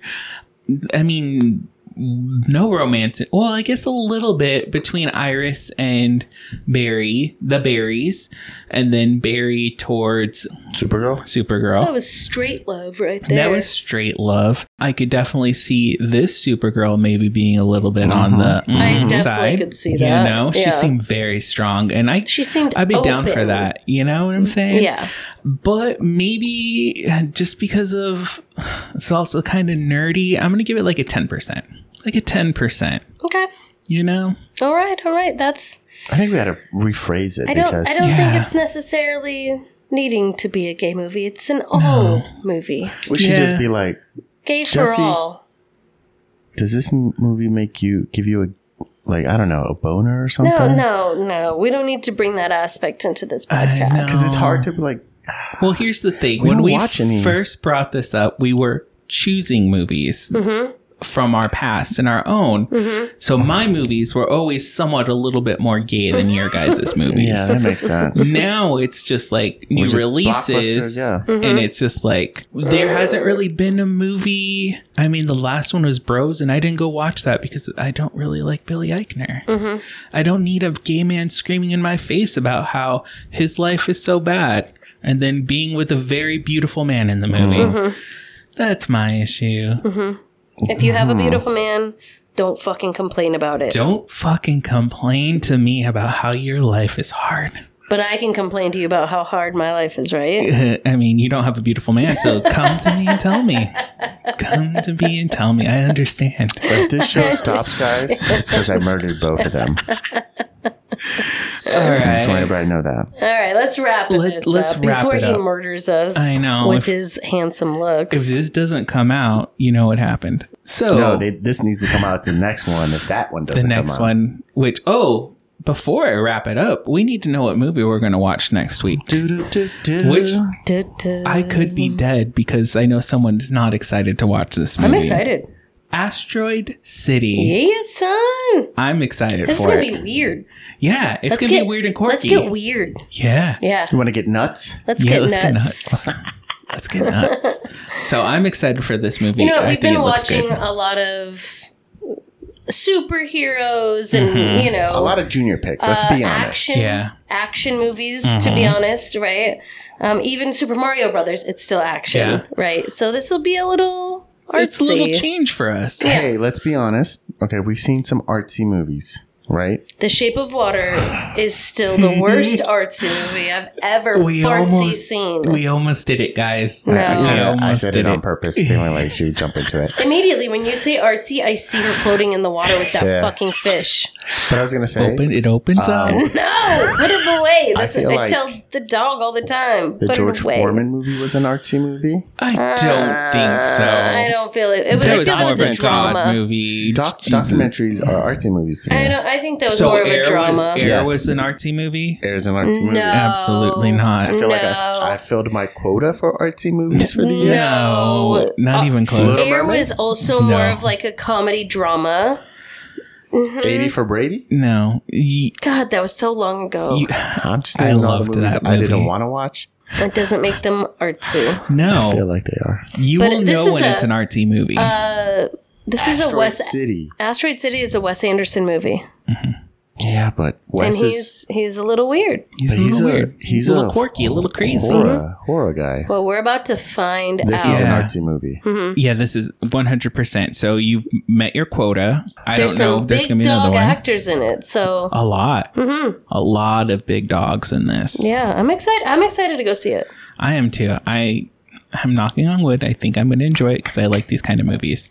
S2: I mean, no romance. Well, I guess a little bit between Iris and Barry, the Berries, and then Barry towards
S1: Supergirl.
S2: Supergirl.
S3: That was straight love right
S2: And
S3: there.
S2: That was straight love. I could definitely see this Supergirl maybe being a little bit on the mm,
S3: definitely
S2: side.
S3: could see
S2: You
S3: that.
S2: know, she
S3: Yeah.
S2: seemed very strong, and I
S3: she seemed.
S2: I'd be down for
S3: open.
S2: that. You know what I'm saying?
S3: Mm, Yeah.
S2: but maybe just because of it's also kind of nerdy, I'm gonna give it like a 10%. Like a 10%,
S3: Okay.
S2: you know?
S3: All right. All right. That's.
S1: I think we had to rephrase it
S3: I don't.
S1: because
S3: I don't
S2: Yeah.
S3: think it's necessarily needing to be a gay movie. It's an all movie.
S1: we should
S2: Yeah.
S1: just be like,
S3: Gay
S1: Jesse-
S3: for all.
S1: does this m- movie make you give you a like I don't know a boner or something?
S3: No, no, no. We don't need to bring that aspect into this
S2: I
S3: podcast.
S2: know.
S1: Because it's hard to be like
S2: Well, here's the thing.
S1: We
S2: when
S1: don't
S2: we
S1: watch any.
S2: first brought this up, we were choosing movies from our past and our own.
S1: Mm-hmm.
S2: So my movies were always somewhat a little bit more gay than your guys' movies.
S1: Yeah, that makes sense.
S2: now it's just like new
S1: Which is
S2: releases
S1: blockbusters, yeah.
S2: and it's just like there hasn't really been a movie i mean the last one was bros and i didn't go watch that because i don't really like billy eichner i don't need a gay man screaming in my face about how his life is so bad and then being with a very beautiful man in the
S1: Mm-hmm.
S2: movie that's my issue
S3: If you have a beautiful man, don't fucking complain about it.
S2: Hmm. don't fucking complain to me about how your life is hard
S3: But I can complain to you about how hard my life is, right?
S2: I mean, you don't have a beautiful man, so come to me and tell me. Come to me and tell me. I understand.
S1: But if this show stops, guys, it's because I murdered both of them.
S2: All
S1: I just want
S2: right.
S1: everybody to know that.
S3: All right, let's wrap
S2: Let-
S3: this
S2: let's
S3: up
S2: wrap
S3: before
S2: it
S3: he
S2: up.
S3: murders us.
S2: I know,
S3: with
S2: if-
S3: his handsome looks.
S2: If this doesn't come out, you know what happened. So
S1: No, they, this needs to come out the next one. If that one
S2: Oh. the
S1: doesn't, come
S2: next
S1: out.
S2: one, which oh, before I wrap it up, we need to know what movie we're going to watch next week.
S1: Do, do, do, do.
S2: Which-
S3: Du- du-
S2: I could be dead because I know someone's not excited to watch this movie.
S3: Um. I'm excited.
S2: Asteroid City.
S3: Yeah, son.
S2: I'm excited
S3: This is
S2: for
S3: gonna
S2: it.
S3: be weird.
S2: yeah, it's
S3: Let's
S2: gonna
S3: get
S2: be weird and quirky.
S3: Let's get weird.
S2: yeah.
S3: Yeah.
S1: you want to get nuts?
S3: Let's
S2: Yeah,
S3: get
S2: let's get
S3: nuts.
S2: Let's get nuts. so I'm excited for this movie.
S3: You know,
S2: I
S3: we've
S2: think
S3: been
S2: it looks
S3: watching um,
S2: good.
S3: a lot of superheroes and you know
S1: A lot of junior picks. Let's
S3: uh,
S1: be honest.
S3: action
S2: Mm-hmm. Yeah. Mm-hmm.
S3: action movies to be honest right um even super mario brothers it's still action
S2: Yeah.
S3: right so this will be a little artsy
S2: It's a little change for us.
S1: Hey, let's be honest. Okay, we've seen some artsy movies. right?
S3: The Shape of Water is still the worst artsy movie I've ever
S2: We
S3: fartsy
S2: almost-
S3: seen.
S2: We almost did it, guys.
S3: No.
S1: I, I,
S3: We
S1: kinda- I
S2: almost
S1: said
S2: did
S1: it on
S2: it.
S1: purpose, feeling like she would jump into it.
S3: Immediately when you say artsy, I see her floating in the water with that
S1: Yeah.
S3: fucking fish.
S1: But I was gonna say
S2: Open it opens
S1: Um,
S2: up.
S3: No, put him away. That's
S1: feel
S3: what I
S1: like
S3: tell the dog all the time.
S1: the
S3: put
S1: George
S3: him away. Ah,
S1: Foreman movie was an artsy movie.
S2: I don't think so.
S3: Uh, I don't feel it. it was,
S2: that
S3: I
S2: was
S3: feel that
S2: more
S3: was
S2: of
S3: a
S2: a
S3: drama.
S2: drama movie.
S1: Doc-
S2: Jesus.
S1: documentaries are artsy movies to me.
S3: I don't. I think that was
S2: So
S3: more of
S2: Air,
S3: a
S2: was-
S3: drama.
S2: Air
S1: Yes.
S2: was an artsy movie.
S1: There's an artsy movie.
S3: No.
S2: Absolutely
S1: I
S2: not.
S1: feel like
S3: No.
S1: I, I filled my quota for artsy movies for the year.
S2: No, not
S3: Uh,
S2: even close.
S1: Little
S3: Air
S1: Mermaid?
S3: was also more
S2: No.
S3: of like a comedy drama. Mhm.
S1: 80 for Brady.
S2: No, Y-
S3: God, that was so long
S1: Oh,
S3: ago.
S2: You-
S1: I'm just
S2: I
S1: naming all the
S2: loved
S1: movies
S2: that
S1: I didn't
S2: movie.
S1: want to watch.
S3: That doesn't make them artsy.
S1: I feel
S2: no,
S1: like they are.
S2: you
S3: But
S2: will
S3: this
S2: know
S3: is
S2: when
S3: a-
S2: it's an artsy movie.
S3: Uh, this is a
S1: Asteroid
S3: Wes.
S1: City.
S3: Asteroid City is a Wes Anderson movie,
S1: Yeah, but Wes
S3: and
S1: is
S3: he's he's a little weird.
S2: he's a
S1: but
S2: little
S1: he's a-
S2: weird.
S1: he's
S2: a little
S1: a-
S2: quirky, a little crazy.
S1: horror, horror guy.
S3: Well, we're about to find
S1: This
S3: out.
S1: is an
S2: Yeah.
S1: artsy movie.
S3: Hmm.
S2: Yeah, this is 100%. So you met your quota. I
S3: there's
S2: don't know
S3: some
S2: if there's
S3: big
S2: going to be another
S3: dog
S2: one.
S3: actors in it, so
S2: a lot.
S3: Mhm.
S2: A lot of big dogs in this.
S3: yeah, I'm excited. I'm excited to go see it.
S2: I am too. I I'm knocking on wood. I think I'm going to enjoy it because I like these kind of movies.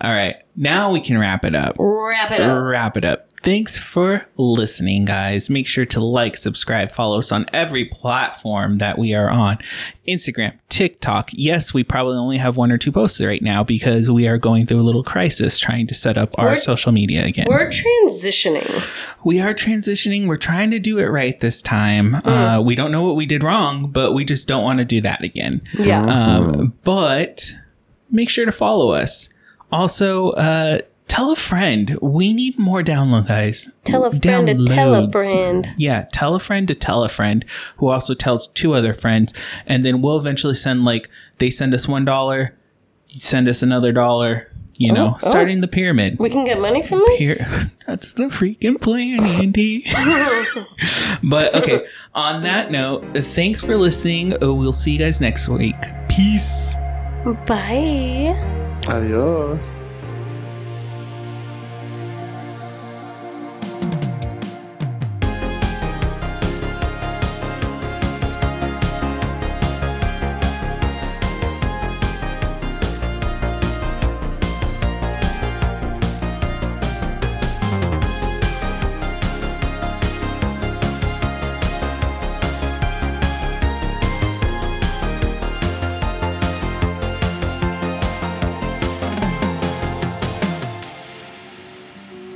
S2: All right, now we can wrap it up.
S3: Wrap it up.
S2: Wrap it up. Thanks for listening, guys. Make sure to like, subscribe, follow us on every platform that we are on Instagram, TikTok. Yes, we probably only have one or two posts right now because we are going through a little crisis trying to set up our
S3: We're-
S2: social media again.
S3: We're transitioning.
S2: We are transitioning. We're trying to do it right this time. Uh,
S3: Mm.
S2: we don't know what we did wrong, but we just don't want to do that again.
S3: Yeah.
S2: Um, but make sure to follow us. Also, uh, tell a friend. We need more download guys.
S3: Tell a friend to tell a
S2: Downloads.
S3: friend.
S2: Yeah, tell a friend to tell a friend who also tells two other friends, and then we'll eventually send like they send us one dollar, send us another dollar. You know,
S3: oh.
S2: starting the pyramid.
S3: We can get money from
S2: Here,
S3: this.
S2: that's the freaking plan, Andy. but okay, on that note, thanks for listening. Uh, We'll see you guys next week. Peace.
S3: Bye.
S1: Adios.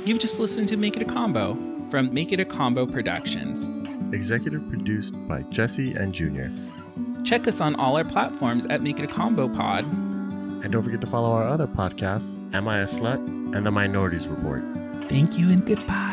S2: You've just listened to Make It a Combo from Make It a Combo Productions.
S1: Executive produced by Jesse and Junior.
S2: Check us on all our platforms at Make It a Combo Pod.
S1: And don't forget to follow our other podcasts, Am I a Slut and The Minorities Report.
S2: Thank you and goodbye.